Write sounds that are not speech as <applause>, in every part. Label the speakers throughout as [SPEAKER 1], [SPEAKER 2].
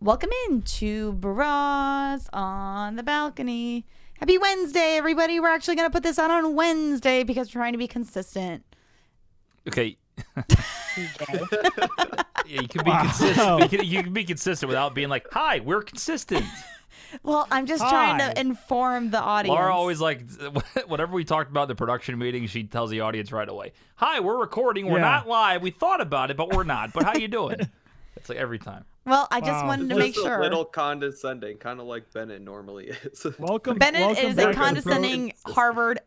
[SPEAKER 1] Welcome in to Bras on the Balcony. Happy Wednesday, everybody. We're actually going to put this out on Wednesday because we're trying to be consistent.
[SPEAKER 2] Okay,
[SPEAKER 3] TJ.
[SPEAKER 2] yeah, you can be consistent. You can, you can be consistent without being like, "Hi, we're consistent."
[SPEAKER 1] Well, I'm just trying
[SPEAKER 3] Hi.
[SPEAKER 1] to inform the audience.
[SPEAKER 2] Laura always like <laughs> whatever we talked about in the production meeting, she tells the audience right away, "Hi, we're recording. We're
[SPEAKER 4] Yeah.
[SPEAKER 2] not live. We thought about it, but we're not. But how you doing?" It's like every time.
[SPEAKER 1] well, I just
[SPEAKER 4] Wow.
[SPEAKER 1] wanted to
[SPEAKER 4] Just
[SPEAKER 1] make
[SPEAKER 5] Just
[SPEAKER 1] sure.
[SPEAKER 5] a little condescending, kind of like Bennett normally is. <laughs>
[SPEAKER 4] Welcome,
[SPEAKER 1] Bennett
[SPEAKER 4] welcome
[SPEAKER 1] is
[SPEAKER 4] back
[SPEAKER 1] a
[SPEAKER 4] to the pro-
[SPEAKER 1] condescending Harvard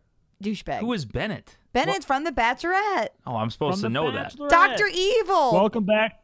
[SPEAKER 1] douchebag.
[SPEAKER 2] Who is Bennett?
[SPEAKER 1] Bennett's from The Bachelorette.
[SPEAKER 2] Oh, I'm
[SPEAKER 4] from
[SPEAKER 2] supposed
[SPEAKER 4] the
[SPEAKER 2] to know that.
[SPEAKER 4] Bachelorette.
[SPEAKER 1] Dr. Evil.
[SPEAKER 4] Welcome back.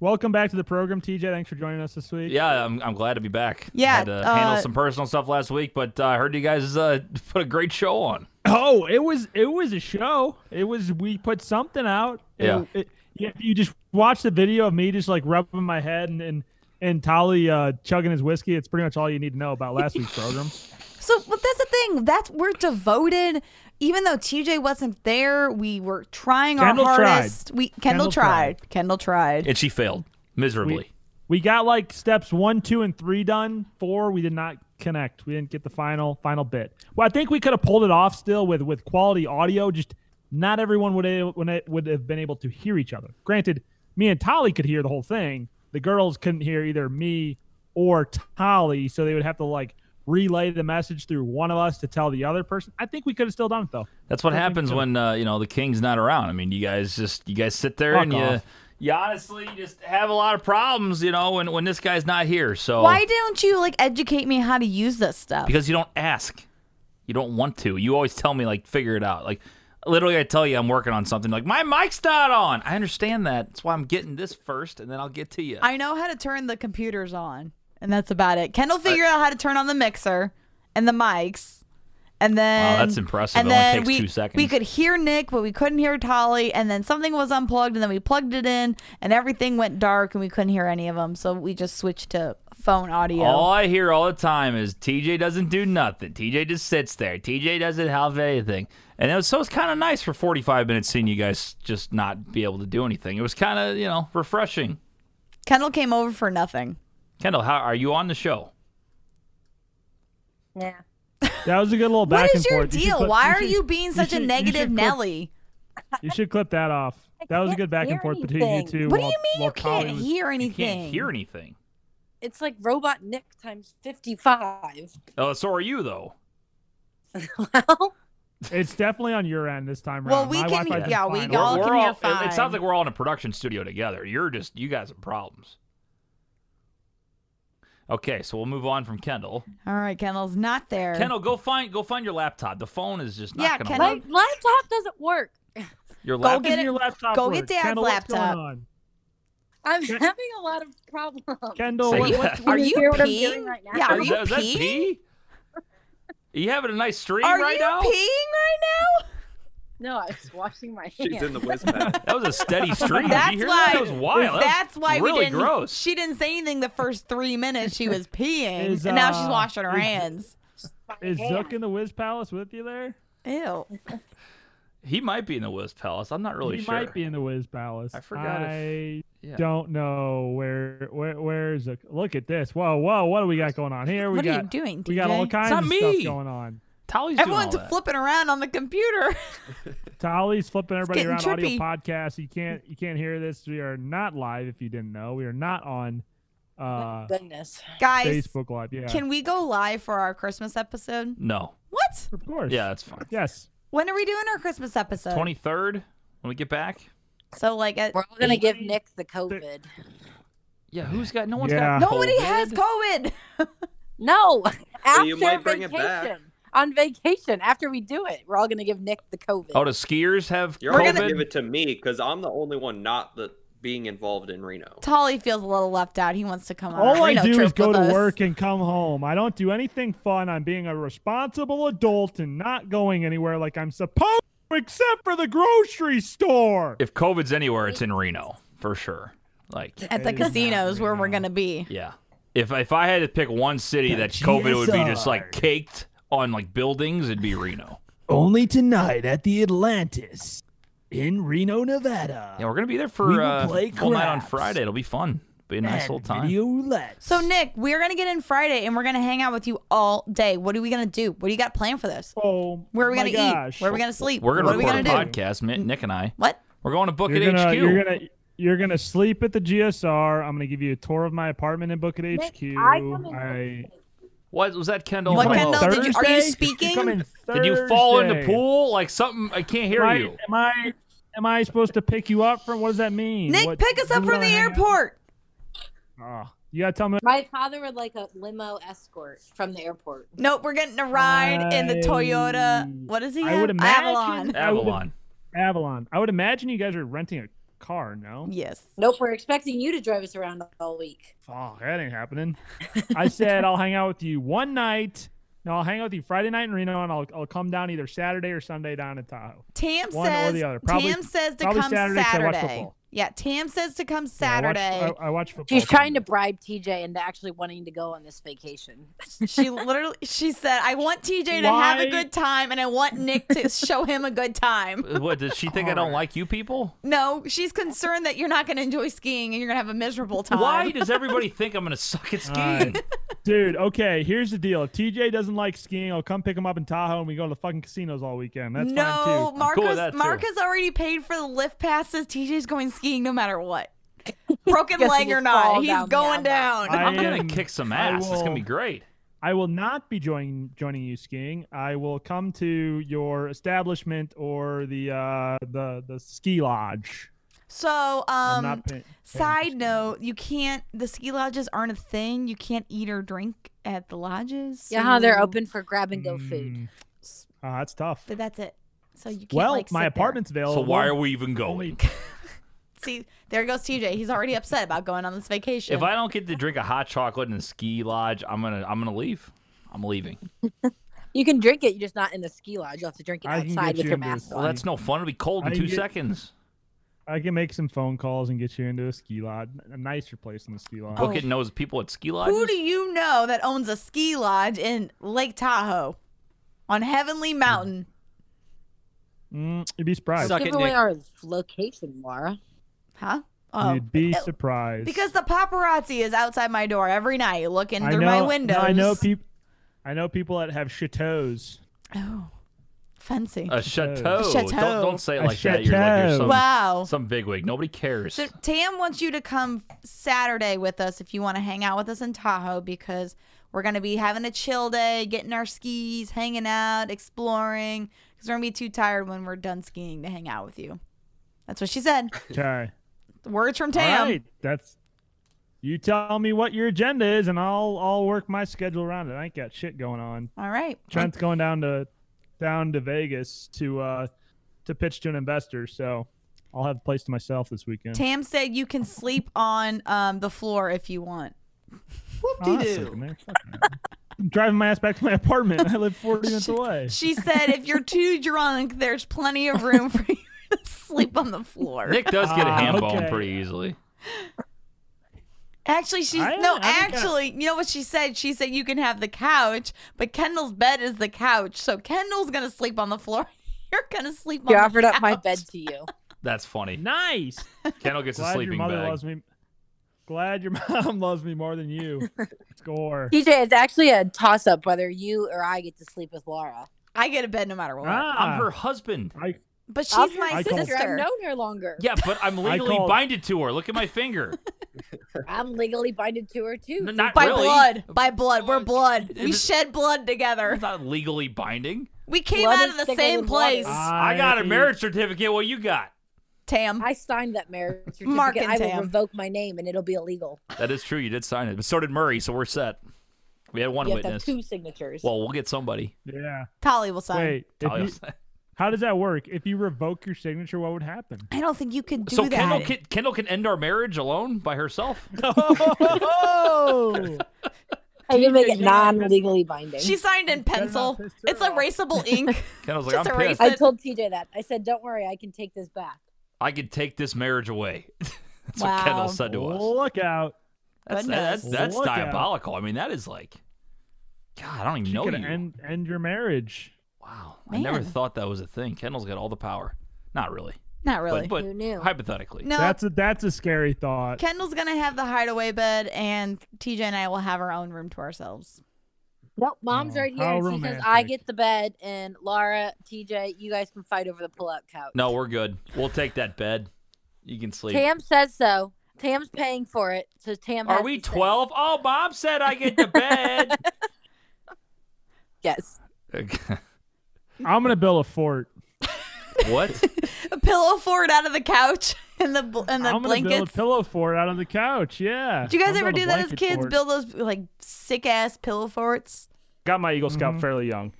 [SPEAKER 4] Welcome back to the program, TJ. Thanks for joining us this week.
[SPEAKER 2] Yeah, I'm, I'm glad to be back.
[SPEAKER 1] Yeah,
[SPEAKER 2] had to handle
[SPEAKER 1] uh,
[SPEAKER 2] some personal stuff last week, but uh, I heard you guys uh, <laughs> put a great show on.
[SPEAKER 4] Oh, it was it was a show. It was we put something out. It-
[SPEAKER 2] Yeah.
[SPEAKER 4] it- if you just watch the video of me just like rubbing my head and and, and Tolly uh, chugging his whiskey, it's pretty much all you need to know about last week's program.
[SPEAKER 1] So, but that's the thing. That's we're devoted. Even though TJ wasn't there, we were trying
[SPEAKER 4] Kendall
[SPEAKER 1] our
[SPEAKER 4] tried.
[SPEAKER 1] hardest. We Kendall,
[SPEAKER 4] Kendall
[SPEAKER 1] tried. Kendall tried.
[SPEAKER 2] And she failed miserably.
[SPEAKER 4] We- We got like steps one, two, and three done. Four, we did not connect. We didn't get the final final bit. Well, I think we could have pulled it off still with with quality audio. Just not everyone would a- would a- would have been able to hear each other. Granted, me and Tolly could hear the whole thing. The girls couldn't hear either me or Tolly, so they would have to like relay the message through one of us to tell the other person. I think we could have still done it though.
[SPEAKER 2] That's what
[SPEAKER 4] I think
[SPEAKER 2] happens
[SPEAKER 4] so.
[SPEAKER 2] when uh, you know the king's not around. I mean, you guys just you guys sit there
[SPEAKER 4] Fuck
[SPEAKER 2] and you
[SPEAKER 4] off.
[SPEAKER 2] you honestly just have a lot of problems, you know, when when this guy's not here. So
[SPEAKER 1] Why don't you like educate me how to use this stuff?
[SPEAKER 2] because you don't ask, you don't want to. You always tell me like figure it out. Like literally, I tell you I'm working on something. Like my mic's not on. I understand that. That's why I'm getting this first, and then I'll get to you.
[SPEAKER 1] I know how to turn the computers on, and that's about it. Kendall figured out how to turn on the mixer and the mics, and then
[SPEAKER 2] that's impressive.
[SPEAKER 1] And
[SPEAKER 2] It only
[SPEAKER 1] then
[SPEAKER 2] takes
[SPEAKER 1] we,
[SPEAKER 2] two seconds.
[SPEAKER 1] We could hear Nick, but we couldn't hear Tolly. And then something was unplugged, and then we plugged it in, and everything went dark, and we couldn't hear any of them. So we just switched to phone audio.
[SPEAKER 2] All I hear all the time is TJ doesn't do nothing. TJ just sits there. TJ doesn't help anything. And it was, so it's kind of nice for 45 minutes seeing you guys just not be able to do anything. It was kind of, you know, refreshing.
[SPEAKER 1] Kendall came over for nothing.
[SPEAKER 2] Kendall, how are you on the show?
[SPEAKER 3] Yeah.
[SPEAKER 4] That was a good little back
[SPEAKER 1] what
[SPEAKER 4] and
[SPEAKER 1] is your
[SPEAKER 4] forth. You should
[SPEAKER 1] deal?
[SPEAKER 4] clip-
[SPEAKER 1] Why
[SPEAKER 4] you
[SPEAKER 1] are
[SPEAKER 4] should-
[SPEAKER 1] you being such
[SPEAKER 4] should-
[SPEAKER 1] a
[SPEAKER 4] you
[SPEAKER 1] negative
[SPEAKER 4] should clip-
[SPEAKER 1] Nelly?
[SPEAKER 4] You should clip that off.
[SPEAKER 3] I
[SPEAKER 4] That was a
[SPEAKER 3] can't
[SPEAKER 4] good back and
[SPEAKER 3] hear
[SPEAKER 4] forth between you
[SPEAKER 3] anything.
[SPEAKER 4] two.
[SPEAKER 1] What do
[SPEAKER 4] while-
[SPEAKER 1] you mean
[SPEAKER 4] while
[SPEAKER 1] you can't
[SPEAKER 4] Colin was-
[SPEAKER 1] hear
[SPEAKER 2] You
[SPEAKER 1] anything?
[SPEAKER 2] can't hear anything.
[SPEAKER 3] It's like Robot Nick times 55.
[SPEAKER 2] Oh, so are you, though.
[SPEAKER 3] <laughs> Well,
[SPEAKER 4] It's definitely on your end this time
[SPEAKER 1] Well,
[SPEAKER 4] around.
[SPEAKER 1] we
[SPEAKER 4] My
[SPEAKER 1] can-
[SPEAKER 4] Wi-Fi's been
[SPEAKER 1] yeah, we
[SPEAKER 4] fine.
[SPEAKER 1] Y'all
[SPEAKER 2] we're,
[SPEAKER 1] can
[SPEAKER 2] we're
[SPEAKER 1] hear
[SPEAKER 2] all, it, it
[SPEAKER 1] fine.
[SPEAKER 2] sounds like we're all in a production studio together. You're just, you guys have problems. Okay, so we'll move on from Kendall.
[SPEAKER 1] All right, Kendall's not there.
[SPEAKER 2] Kendall, go find go find your laptop. The phone is just not
[SPEAKER 1] Yeah,
[SPEAKER 2] going to
[SPEAKER 1] Kendall-
[SPEAKER 3] my
[SPEAKER 2] work.
[SPEAKER 3] laptop doesn't work.
[SPEAKER 2] Your
[SPEAKER 1] go
[SPEAKER 2] laptop
[SPEAKER 1] get
[SPEAKER 4] Doesn't
[SPEAKER 1] it-
[SPEAKER 4] your laptop
[SPEAKER 1] go
[SPEAKER 4] work?
[SPEAKER 1] get Dad's
[SPEAKER 4] Kendall, what's going
[SPEAKER 1] laptop.
[SPEAKER 4] on?
[SPEAKER 3] I'm having a lot of problems.
[SPEAKER 4] Kendall,
[SPEAKER 1] <laughs>
[SPEAKER 2] Say
[SPEAKER 4] what-
[SPEAKER 2] yeah.
[SPEAKER 4] what's-
[SPEAKER 1] are
[SPEAKER 3] Do you
[SPEAKER 1] you
[SPEAKER 3] hear what I'm
[SPEAKER 1] peeing?
[SPEAKER 3] doing right now?
[SPEAKER 1] Yeah, are
[SPEAKER 2] Is
[SPEAKER 1] you
[SPEAKER 2] that- is that
[SPEAKER 1] peeing?
[SPEAKER 2] pee? Are you having a nice stream
[SPEAKER 1] Are
[SPEAKER 2] right
[SPEAKER 1] you
[SPEAKER 2] now?
[SPEAKER 1] peeing right
[SPEAKER 3] No, I was washing my
[SPEAKER 5] She's
[SPEAKER 3] hands.
[SPEAKER 5] in the whiz
[SPEAKER 4] <laughs>
[SPEAKER 5] bag.
[SPEAKER 2] That was a steady stream.
[SPEAKER 1] now?
[SPEAKER 2] Did you
[SPEAKER 1] That's
[SPEAKER 2] hear
[SPEAKER 1] why.
[SPEAKER 2] that? That was wild. That
[SPEAKER 1] That's
[SPEAKER 2] was
[SPEAKER 1] why
[SPEAKER 2] really
[SPEAKER 1] we didn't.
[SPEAKER 2] gross.
[SPEAKER 1] She didn't say anything the first three minutes. She was peeing,
[SPEAKER 4] Is,
[SPEAKER 1] and now she's
[SPEAKER 4] uh,
[SPEAKER 1] washing her
[SPEAKER 4] is-
[SPEAKER 1] hands.
[SPEAKER 3] My
[SPEAKER 4] is
[SPEAKER 3] hands.
[SPEAKER 4] Zook in the Wiz Palace with you there?
[SPEAKER 1] Ew.
[SPEAKER 2] he might be in the Wiz Palace. I'm not really
[SPEAKER 4] he
[SPEAKER 2] sure.
[SPEAKER 4] might be in the Wiz Palace.
[SPEAKER 2] I forgot if-
[SPEAKER 4] I
[SPEAKER 2] Yeah.
[SPEAKER 4] don't know where where where Zook. Look at this. Whoa, whoa, what do we got going on here? We
[SPEAKER 1] What
[SPEAKER 4] got
[SPEAKER 1] are you doing,
[SPEAKER 4] we got all
[SPEAKER 1] TJ?
[SPEAKER 4] kinds
[SPEAKER 2] not
[SPEAKER 4] of
[SPEAKER 2] me.
[SPEAKER 4] stuff going on.
[SPEAKER 2] Tolly's doing all
[SPEAKER 1] Everyone's
[SPEAKER 2] that.
[SPEAKER 1] flipping around on the computer. <laughs>
[SPEAKER 4] Tolly's flipping everybody around
[SPEAKER 1] getting trippy.
[SPEAKER 4] audio podcast. You can't you can't hear this. We are not live if you didn't know. We are not on uh
[SPEAKER 3] Oh, goodness.
[SPEAKER 1] Guys,
[SPEAKER 4] Facebook Live. Yeah.
[SPEAKER 1] can we go live for our Christmas episode?
[SPEAKER 2] No.
[SPEAKER 1] What?
[SPEAKER 4] of course.
[SPEAKER 2] Yeah, that's fine.
[SPEAKER 4] Yes.
[SPEAKER 1] When are we doing our Christmas episode?
[SPEAKER 2] 23rd when we get back.
[SPEAKER 1] So like, uh, at,
[SPEAKER 3] We're all going to give Nick the COVID.
[SPEAKER 2] Yeah, who's got? No one's
[SPEAKER 4] Yeah.
[SPEAKER 2] got.
[SPEAKER 1] nobody
[SPEAKER 2] COVID.
[SPEAKER 1] has COVID.
[SPEAKER 3] No, after
[SPEAKER 5] you might bring it
[SPEAKER 3] vacation.
[SPEAKER 5] back.
[SPEAKER 3] On vacation, after we do it, we're all going to give Nick the COVID.
[SPEAKER 2] Oh, do skiers have
[SPEAKER 5] You're
[SPEAKER 2] COVID?
[SPEAKER 5] going to give it to me because I'm the only one not the, being involved
[SPEAKER 1] <laughs>
[SPEAKER 5] in Reno.
[SPEAKER 1] Tolly feels a little left out. He wants to come on.
[SPEAKER 4] All
[SPEAKER 1] our
[SPEAKER 4] I
[SPEAKER 1] Reno
[SPEAKER 4] do
[SPEAKER 1] trip
[SPEAKER 4] is go
[SPEAKER 1] with
[SPEAKER 4] to
[SPEAKER 1] us.
[SPEAKER 4] work and come home. I don't do anything fun. I'm being a responsible adult and not going anywhere like I'm supposed to, except for the grocery store.
[SPEAKER 2] If COVID's anywhere, it's in Reno for sure. Like,
[SPEAKER 1] at the
[SPEAKER 4] It is not
[SPEAKER 1] casinos where we're
[SPEAKER 4] Reno.
[SPEAKER 1] gonna be.
[SPEAKER 2] yeah. If if I had to pick one city that COVID would be just like caked on like buildings, it'd be Reno.
[SPEAKER 4] Only tonight at the Atlantis in Reno, Nevada.
[SPEAKER 2] Yeah, we're gonna be there for
[SPEAKER 4] We will
[SPEAKER 2] uh,
[SPEAKER 4] play
[SPEAKER 2] full night on
[SPEAKER 4] craps.
[SPEAKER 2] Friday. It'll be fun. Be a nice little time.
[SPEAKER 4] Video roulette.
[SPEAKER 1] So Nick, we're gonna get in Friday and we're gonna hang out with you all day. What are we gonna do? What do you got planned for this?
[SPEAKER 4] oh,
[SPEAKER 1] Where are we
[SPEAKER 4] my
[SPEAKER 1] gonna
[SPEAKER 4] gosh.
[SPEAKER 1] eat? Where are we gonna sleep?
[SPEAKER 2] We're
[SPEAKER 1] what
[SPEAKER 2] gonna
[SPEAKER 1] are we
[SPEAKER 2] record
[SPEAKER 1] gonna
[SPEAKER 2] a
[SPEAKER 1] do?
[SPEAKER 2] podcast, Mi- Nick and I.
[SPEAKER 1] What?
[SPEAKER 2] We're going to book
[SPEAKER 4] You're
[SPEAKER 2] at
[SPEAKER 4] gonna,
[SPEAKER 2] HQ.
[SPEAKER 4] you're gonna you're gonna sleep at the GSR. I'm gonna give you a tour of my apartment and book at HQ.
[SPEAKER 3] I come in-
[SPEAKER 4] I-
[SPEAKER 2] What was that, Kendall?
[SPEAKER 1] What,
[SPEAKER 4] Come in
[SPEAKER 1] Kendall? Did you- are you
[SPEAKER 4] Thursday?
[SPEAKER 1] speaking?
[SPEAKER 4] Come in
[SPEAKER 2] Did you fall in the
[SPEAKER 4] Thursday.
[SPEAKER 2] pool? Like something? I can't hear
[SPEAKER 4] am I,
[SPEAKER 2] you.
[SPEAKER 4] Am I am I supposed to pick you up from? What does that mean?
[SPEAKER 1] Nick,
[SPEAKER 4] What-
[SPEAKER 1] pick us up
[SPEAKER 4] who
[SPEAKER 1] from
[SPEAKER 4] do
[SPEAKER 1] the
[SPEAKER 4] I hang out-
[SPEAKER 1] airport.
[SPEAKER 4] Oh, you gotta tell me.
[SPEAKER 3] My father would like a limo escort from the airport.
[SPEAKER 1] Nope, we're getting a ride in the
[SPEAKER 4] I-
[SPEAKER 1] Toyota. What does he
[SPEAKER 4] I
[SPEAKER 1] have?
[SPEAKER 4] would imagine-
[SPEAKER 1] Avalon.
[SPEAKER 4] <laughs> <laughs> I would-
[SPEAKER 2] Avalon.
[SPEAKER 4] Avalon. I would imagine you guys are renting a car. No,
[SPEAKER 1] Yes.
[SPEAKER 3] Nope, we're expecting you to drive us around all week.
[SPEAKER 4] fuck, that
[SPEAKER 1] <laughs>
[SPEAKER 4] ain't happening. I said I'll hang out with you one night. No, I'll hang out with you Friday night in Reno, and I'll I'll come down either Saturday or Sunday down in Tahoe.
[SPEAKER 1] Tam
[SPEAKER 4] One or the
[SPEAKER 1] says.
[SPEAKER 4] other. Probably-
[SPEAKER 1] Tam says to
[SPEAKER 4] probably
[SPEAKER 1] come
[SPEAKER 4] Saturday, 'cause I watch football.
[SPEAKER 1] Yeah, Tam says to come
[SPEAKER 4] Yeah, I watch-
[SPEAKER 1] Saturday.
[SPEAKER 4] I, I watch football. <laughs>
[SPEAKER 3] She's trying to bribe TJ into actually wanting to go on this vacation.
[SPEAKER 1] She literally she said, "I want TJ to have a
[SPEAKER 4] Why?
[SPEAKER 1] good time, and I want Nick to show him a good time."
[SPEAKER 2] What does she think? I don't like you people.
[SPEAKER 1] No, she's concerned that you're not going to enjoy skiing and you're going to have a miserable time.
[SPEAKER 2] Why does everybody think I'm gonna suck at
[SPEAKER 4] <laughs>
[SPEAKER 2] skiing?
[SPEAKER 4] Dude, okay, here's the deal. If TJ doesn't like skiing, I'll come pick him up in Tahoe and we go to the fucking casinos all weekend. That's
[SPEAKER 1] no,
[SPEAKER 4] fine too.
[SPEAKER 1] Marcus.
[SPEAKER 2] that, too.
[SPEAKER 1] Marcus already paid for the lift passes. TJ's going skiing no matter what,
[SPEAKER 3] <laughs>
[SPEAKER 1] broken
[SPEAKER 3] Guess he
[SPEAKER 1] leg or
[SPEAKER 3] just fall
[SPEAKER 1] not. He's
[SPEAKER 3] down the
[SPEAKER 1] going
[SPEAKER 3] outlet.
[SPEAKER 1] down.
[SPEAKER 4] I
[SPEAKER 2] I'm gonna
[SPEAKER 4] am-
[SPEAKER 2] kick some
[SPEAKER 4] I
[SPEAKER 2] ass. It's gonna
[SPEAKER 4] will-
[SPEAKER 2] be great.
[SPEAKER 4] I will not be joining joining you skiing. I will come to your establishment or the uh the the ski lodge.
[SPEAKER 1] so,
[SPEAKER 4] I'm
[SPEAKER 1] um,
[SPEAKER 4] not paying.
[SPEAKER 1] side note: you can't. The ski lodges aren't a thing. You can't eat or drink at the lodges.
[SPEAKER 3] Yeah, huh, they're
[SPEAKER 1] so-
[SPEAKER 3] open for grab and go food.
[SPEAKER 4] Mm, uh, that's tough.
[SPEAKER 1] But that's it. So you can't.
[SPEAKER 4] Well,
[SPEAKER 1] like,
[SPEAKER 4] my
[SPEAKER 1] sit there.
[SPEAKER 4] apartment's
[SPEAKER 2] So
[SPEAKER 4] available.
[SPEAKER 2] why are we even going?
[SPEAKER 4] Only-
[SPEAKER 1] See, there goes TJ. He's already upset about going on this vacation.
[SPEAKER 2] If I don't get to drink a hot chocolate in a ski lodge, I'm gonna I'm gonna leave. I'm leaving.
[SPEAKER 3] You can drink it, you're just not in the ski lodge. You'll have to drink it
[SPEAKER 4] I can
[SPEAKER 3] outside
[SPEAKER 4] get
[SPEAKER 3] with
[SPEAKER 4] you
[SPEAKER 3] your
[SPEAKER 4] into
[SPEAKER 3] mask
[SPEAKER 4] a-
[SPEAKER 2] Well,
[SPEAKER 3] on.
[SPEAKER 2] that's no fun. It'll be cold in
[SPEAKER 4] I
[SPEAKER 2] two
[SPEAKER 4] get-
[SPEAKER 2] seconds.
[SPEAKER 4] I can make some phone calls and get you into a ski lodge, a nicer place than the ski lodge.
[SPEAKER 1] Oh.
[SPEAKER 2] Book it knows people at ski lodges.
[SPEAKER 1] Who do you know that owns a ski lodge in Lake Tahoe on Heavenly Mountain?
[SPEAKER 4] Mm, you'd be surprised.
[SPEAKER 2] Suck
[SPEAKER 3] Give
[SPEAKER 2] it,
[SPEAKER 3] away
[SPEAKER 2] Nick.
[SPEAKER 3] our location, Laura.
[SPEAKER 1] Huh? Oh.
[SPEAKER 4] You'd be
[SPEAKER 1] Uh,
[SPEAKER 4] surprised.
[SPEAKER 1] Because the paparazzi is outside my door every night looking
[SPEAKER 4] I
[SPEAKER 1] through
[SPEAKER 4] know,
[SPEAKER 1] my
[SPEAKER 4] no,
[SPEAKER 1] windows.
[SPEAKER 4] I know people. I know people that have chateaus.
[SPEAKER 1] Oh, fancy.
[SPEAKER 4] Um,
[SPEAKER 2] A chateau.
[SPEAKER 1] Chateau.
[SPEAKER 2] Don't, don't say it
[SPEAKER 4] A
[SPEAKER 2] like that. You're like you're
[SPEAKER 4] chateau.
[SPEAKER 2] some,
[SPEAKER 1] wow.
[SPEAKER 2] some bigwig. Nobody cares.
[SPEAKER 1] So Tam wants you to come Saturday with us if you want to hang out with us in Tahoe because we're gonna be having a chill day, getting our skis, hanging out, exploring. Because we're gonna be too tired when we're done skiing to hang out with you. That's what she said.
[SPEAKER 4] Okay.
[SPEAKER 1] Words from
[SPEAKER 4] All
[SPEAKER 1] Tam.
[SPEAKER 4] right. That's. You tell me what your agenda is, and I'll I'll work my schedule around it. I ain't got shit going on.
[SPEAKER 1] All right.
[SPEAKER 4] Trent's going down to down to Vegas to uh to pitch to an investor, so I'll have a place to myself this weekend.
[SPEAKER 1] Tam said you can sleep on um, the floor if you want.
[SPEAKER 4] I'm not sleeping there. Fuck no. I'm driving my ass back to my apartment. I live 40 minutes away.
[SPEAKER 1] She said if you're too drunk, there's plenty of room for you to sleep on the floor.
[SPEAKER 2] Nick does get a
[SPEAKER 4] Ah,
[SPEAKER 2] ham bone
[SPEAKER 4] okay.
[SPEAKER 2] pretty easily.
[SPEAKER 1] Actually, she's
[SPEAKER 4] I-
[SPEAKER 1] no.
[SPEAKER 4] I think I-
[SPEAKER 1] actually, you know what she said? She said you can have the couch, but Kendall's bed is the couch, so Kendall's gonna sleep on the floor. <laughs> You're gonna sleep.
[SPEAKER 3] She
[SPEAKER 1] on
[SPEAKER 3] offered
[SPEAKER 1] the
[SPEAKER 3] up my
[SPEAKER 1] couch.
[SPEAKER 3] bed to <laughs> you.
[SPEAKER 2] That's
[SPEAKER 4] <laughs>
[SPEAKER 2] funny.
[SPEAKER 4] Nice.
[SPEAKER 2] Kendall gets a
[SPEAKER 4] Glad your
[SPEAKER 2] sleeping
[SPEAKER 4] mother
[SPEAKER 2] bag.
[SPEAKER 4] loves me. Glad your <laughs> mom loves me more than you. Score.
[SPEAKER 3] TJ, it's actually a toss up whether you or I get to sleep with Laura.
[SPEAKER 1] I get a bed no matter what.
[SPEAKER 4] Ah,
[SPEAKER 2] I'm her husband.
[SPEAKER 4] I,
[SPEAKER 1] but she's
[SPEAKER 3] I'll be
[SPEAKER 1] my
[SPEAKER 3] your
[SPEAKER 4] I call-
[SPEAKER 1] sister.
[SPEAKER 3] I've known her longer.
[SPEAKER 2] Yeah, but
[SPEAKER 4] <laughs>
[SPEAKER 2] I'm legally
[SPEAKER 4] called-
[SPEAKER 2] binded to her. Look at
[SPEAKER 1] <laughs>
[SPEAKER 2] my finger.
[SPEAKER 3] I'm legally binded to her too.
[SPEAKER 2] N- not
[SPEAKER 1] By
[SPEAKER 2] really.
[SPEAKER 1] blood, by blood, we're blood.
[SPEAKER 2] It
[SPEAKER 1] We
[SPEAKER 2] was-
[SPEAKER 1] shed blood together.
[SPEAKER 2] It's not legally binding.
[SPEAKER 1] We came
[SPEAKER 3] Blood
[SPEAKER 1] out
[SPEAKER 3] is
[SPEAKER 1] of the
[SPEAKER 3] thicker
[SPEAKER 1] same
[SPEAKER 3] than water.
[SPEAKER 1] place.
[SPEAKER 4] Ah.
[SPEAKER 2] I got a
[SPEAKER 4] I-
[SPEAKER 2] marriage certificate. What you got?
[SPEAKER 1] Tam,
[SPEAKER 3] I signed that
[SPEAKER 2] <laughs>
[SPEAKER 3] marriage certificate.
[SPEAKER 1] Mark and
[SPEAKER 3] I will
[SPEAKER 1] Tam.
[SPEAKER 3] revoke my name and it'll be illegal.
[SPEAKER 2] That is true. You did sign it, but so did Murray. So we're set. We had one
[SPEAKER 3] You have to have
[SPEAKER 2] witness.
[SPEAKER 3] two signatures.
[SPEAKER 2] Well, we'll get somebody.
[SPEAKER 4] yeah.
[SPEAKER 1] Tolly will sign.
[SPEAKER 4] Wait. if
[SPEAKER 2] Talia- <laughs>
[SPEAKER 4] you- how does that work? If you revoke your signature, what would happen?
[SPEAKER 2] <laughs>
[SPEAKER 1] I don't think you could do
[SPEAKER 2] so
[SPEAKER 1] that.
[SPEAKER 2] Kendall can, Kendall can end our marriage alone by herself.
[SPEAKER 1] <laughs>
[SPEAKER 4] Oh!
[SPEAKER 3] I can make it
[SPEAKER 4] TJ, yeah, that's-
[SPEAKER 3] non legally binding.
[SPEAKER 1] she signed in
[SPEAKER 4] better
[SPEAKER 1] pencil.
[SPEAKER 4] not piss her
[SPEAKER 1] It's
[SPEAKER 4] off. <laughs>
[SPEAKER 1] erasable ink.
[SPEAKER 2] Kendall's like,
[SPEAKER 1] Just
[SPEAKER 2] I'm
[SPEAKER 1] erase
[SPEAKER 2] pissed.
[SPEAKER 1] it.
[SPEAKER 2] I,
[SPEAKER 3] I told TJ that. I said, don't worry, I can take this back.
[SPEAKER 2] could take this marriage away. <laughs> That's
[SPEAKER 1] Wow.
[SPEAKER 2] what Kendall said to us.
[SPEAKER 4] Look out.
[SPEAKER 2] That's
[SPEAKER 1] Goodness.
[SPEAKER 2] that's, that's
[SPEAKER 4] Look out.
[SPEAKER 2] diabolical. I mean, that is like, God, I don't even
[SPEAKER 4] She
[SPEAKER 2] know
[SPEAKER 4] could
[SPEAKER 2] you.
[SPEAKER 4] end end your marriage.
[SPEAKER 2] Wow, I never
[SPEAKER 1] Man.
[SPEAKER 2] thought that was a thing. Kendall's got all the power. Not really.
[SPEAKER 1] Not really.
[SPEAKER 2] But, but
[SPEAKER 3] Who knew?
[SPEAKER 2] hypothetically,
[SPEAKER 1] no,
[SPEAKER 4] That's a that's a scary thought.
[SPEAKER 1] Kendall's gonna have the hideaway bed, and TJ and I will have our own room to ourselves. <laughs>
[SPEAKER 3] Nope, mom's
[SPEAKER 4] Oh,
[SPEAKER 3] right here.
[SPEAKER 4] how
[SPEAKER 3] and She says, "I
[SPEAKER 4] romantic.
[SPEAKER 3] get the bed, and Laura, TJ, you guys can fight over the pull-out couch."
[SPEAKER 2] no, we're good. We'll take that bed. You can sleep.
[SPEAKER 3] Tam says so. Tam's paying for it, so Tam.
[SPEAKER 2] Are
[SPEAKER 3] has
[SPEAKER 2] we
[SPEAKER 3] to stay.
[SPEAKER 2] twelve? Oh, Bob said I get
[SPEAKER 1] <laughs>
[SPEAKER 2] the bed. <laughs>
[SPEAKER 3] Yes.
[SPEAKER 4] I'm gonna build a fort.
[SPEAKER 2] what?
[SPEAKER 1] A pillow fort out of the couch <laughs> and the bl- and the
[SPEAKER 4] I'm gonna build a
[SPEAKER 1] blankets.
[SPEAKER 4] pillow fort out on the couch. Yeah.
[SPEAKER 1] Do you guys
[SPEAKER 4] I'll
[SPEAKER 1] ever
[SPEAKER 4] build a
[SPEAKER 1] do that as
[SPEAKER 4] blanket
[SPEAKER 1] kids?
[SPEAKER 4] fort.
[SPEAKER 1] Build those like sick ass pillow forts.
[SPEAKER 6] Got my Eagle Scout
[SPEAKER 4] Mhm.
[SPEAKER 6] fairly young.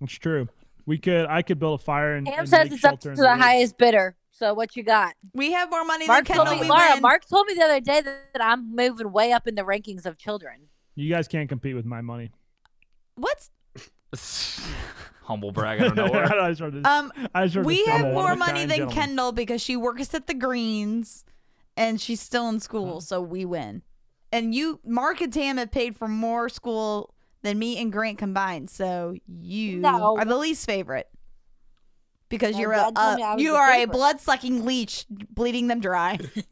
[SPEAKER 4] It's true. We could. I could build a fire and.
[SPEAKER 3] Tam
[SPEAKER 4] and
[SPEAKER 3] says
[SPEAKER 4] make
[SPEAKER 3] it's up
[SPEAKER 4] shelter
[SPEAKER 3] to
[SPEAKER 4] in
[SPEAKER 3] the,
[SPEAKER 4] woods.
[SPEAKER 3] highest bidder. So what you got?
[SPEAKER 1] We have more money
[SPEAKER 3] Mark
[SPEAKER 1] than
[SPEAKER 3] told
[SPEAKER 1] Kendall.
[SPEAKER 3] me,
[SPEAKER 1] We
[SPEAKER 3] Laura.
[SPEAKER 1] win.
[SPEAKER 3] Mark told me the other day that, that I'm moving way up in the rankings of children.
[SPEAKER 4] You guys can't compete with my money.
[SPEAKER 1] What?
[SPEAKER 2] Humble brag out of
[SPEAKER 4] <laughs>
[SPEAKER 2] nowhere.
[SPEAKER 4] I just heard this-
[SPEAKER 1] Um,
[SPEAKER 4] I just heard
[SPEAKER 1] we
[SPEAKER 4] this
[SPEAKER 1] have
[SPEAKER 4] from a
[SPEAKER 1] more
[SPEAKER 4] kind
[SPEAKER 1] money than
[SPEAKER 4] gentleman.
[SPEAKER 1] Kendall because she works at the Greens, and she's still in school, so we win. And you, Mark and Tam have paid for more school than me and Grant combined, so you
[SPEAKER 3] No.
[SPEAKER 1] are the least favorite because
[SPEAKER 3] My
[SPEAKER 1] you're a,
[SPEAKER 3] dad told me I
[SPEAKER 1] a
[SPEAKER 3] was
[SPEAKER 1] you
[SPEAKER 3] the
[SPEAKER 1] are a
[SPEAKER 3] favorite.
[SPEAKER 1] blood sucking leech, bleeding them dry. <laughs>
[SPEAKER 5] Say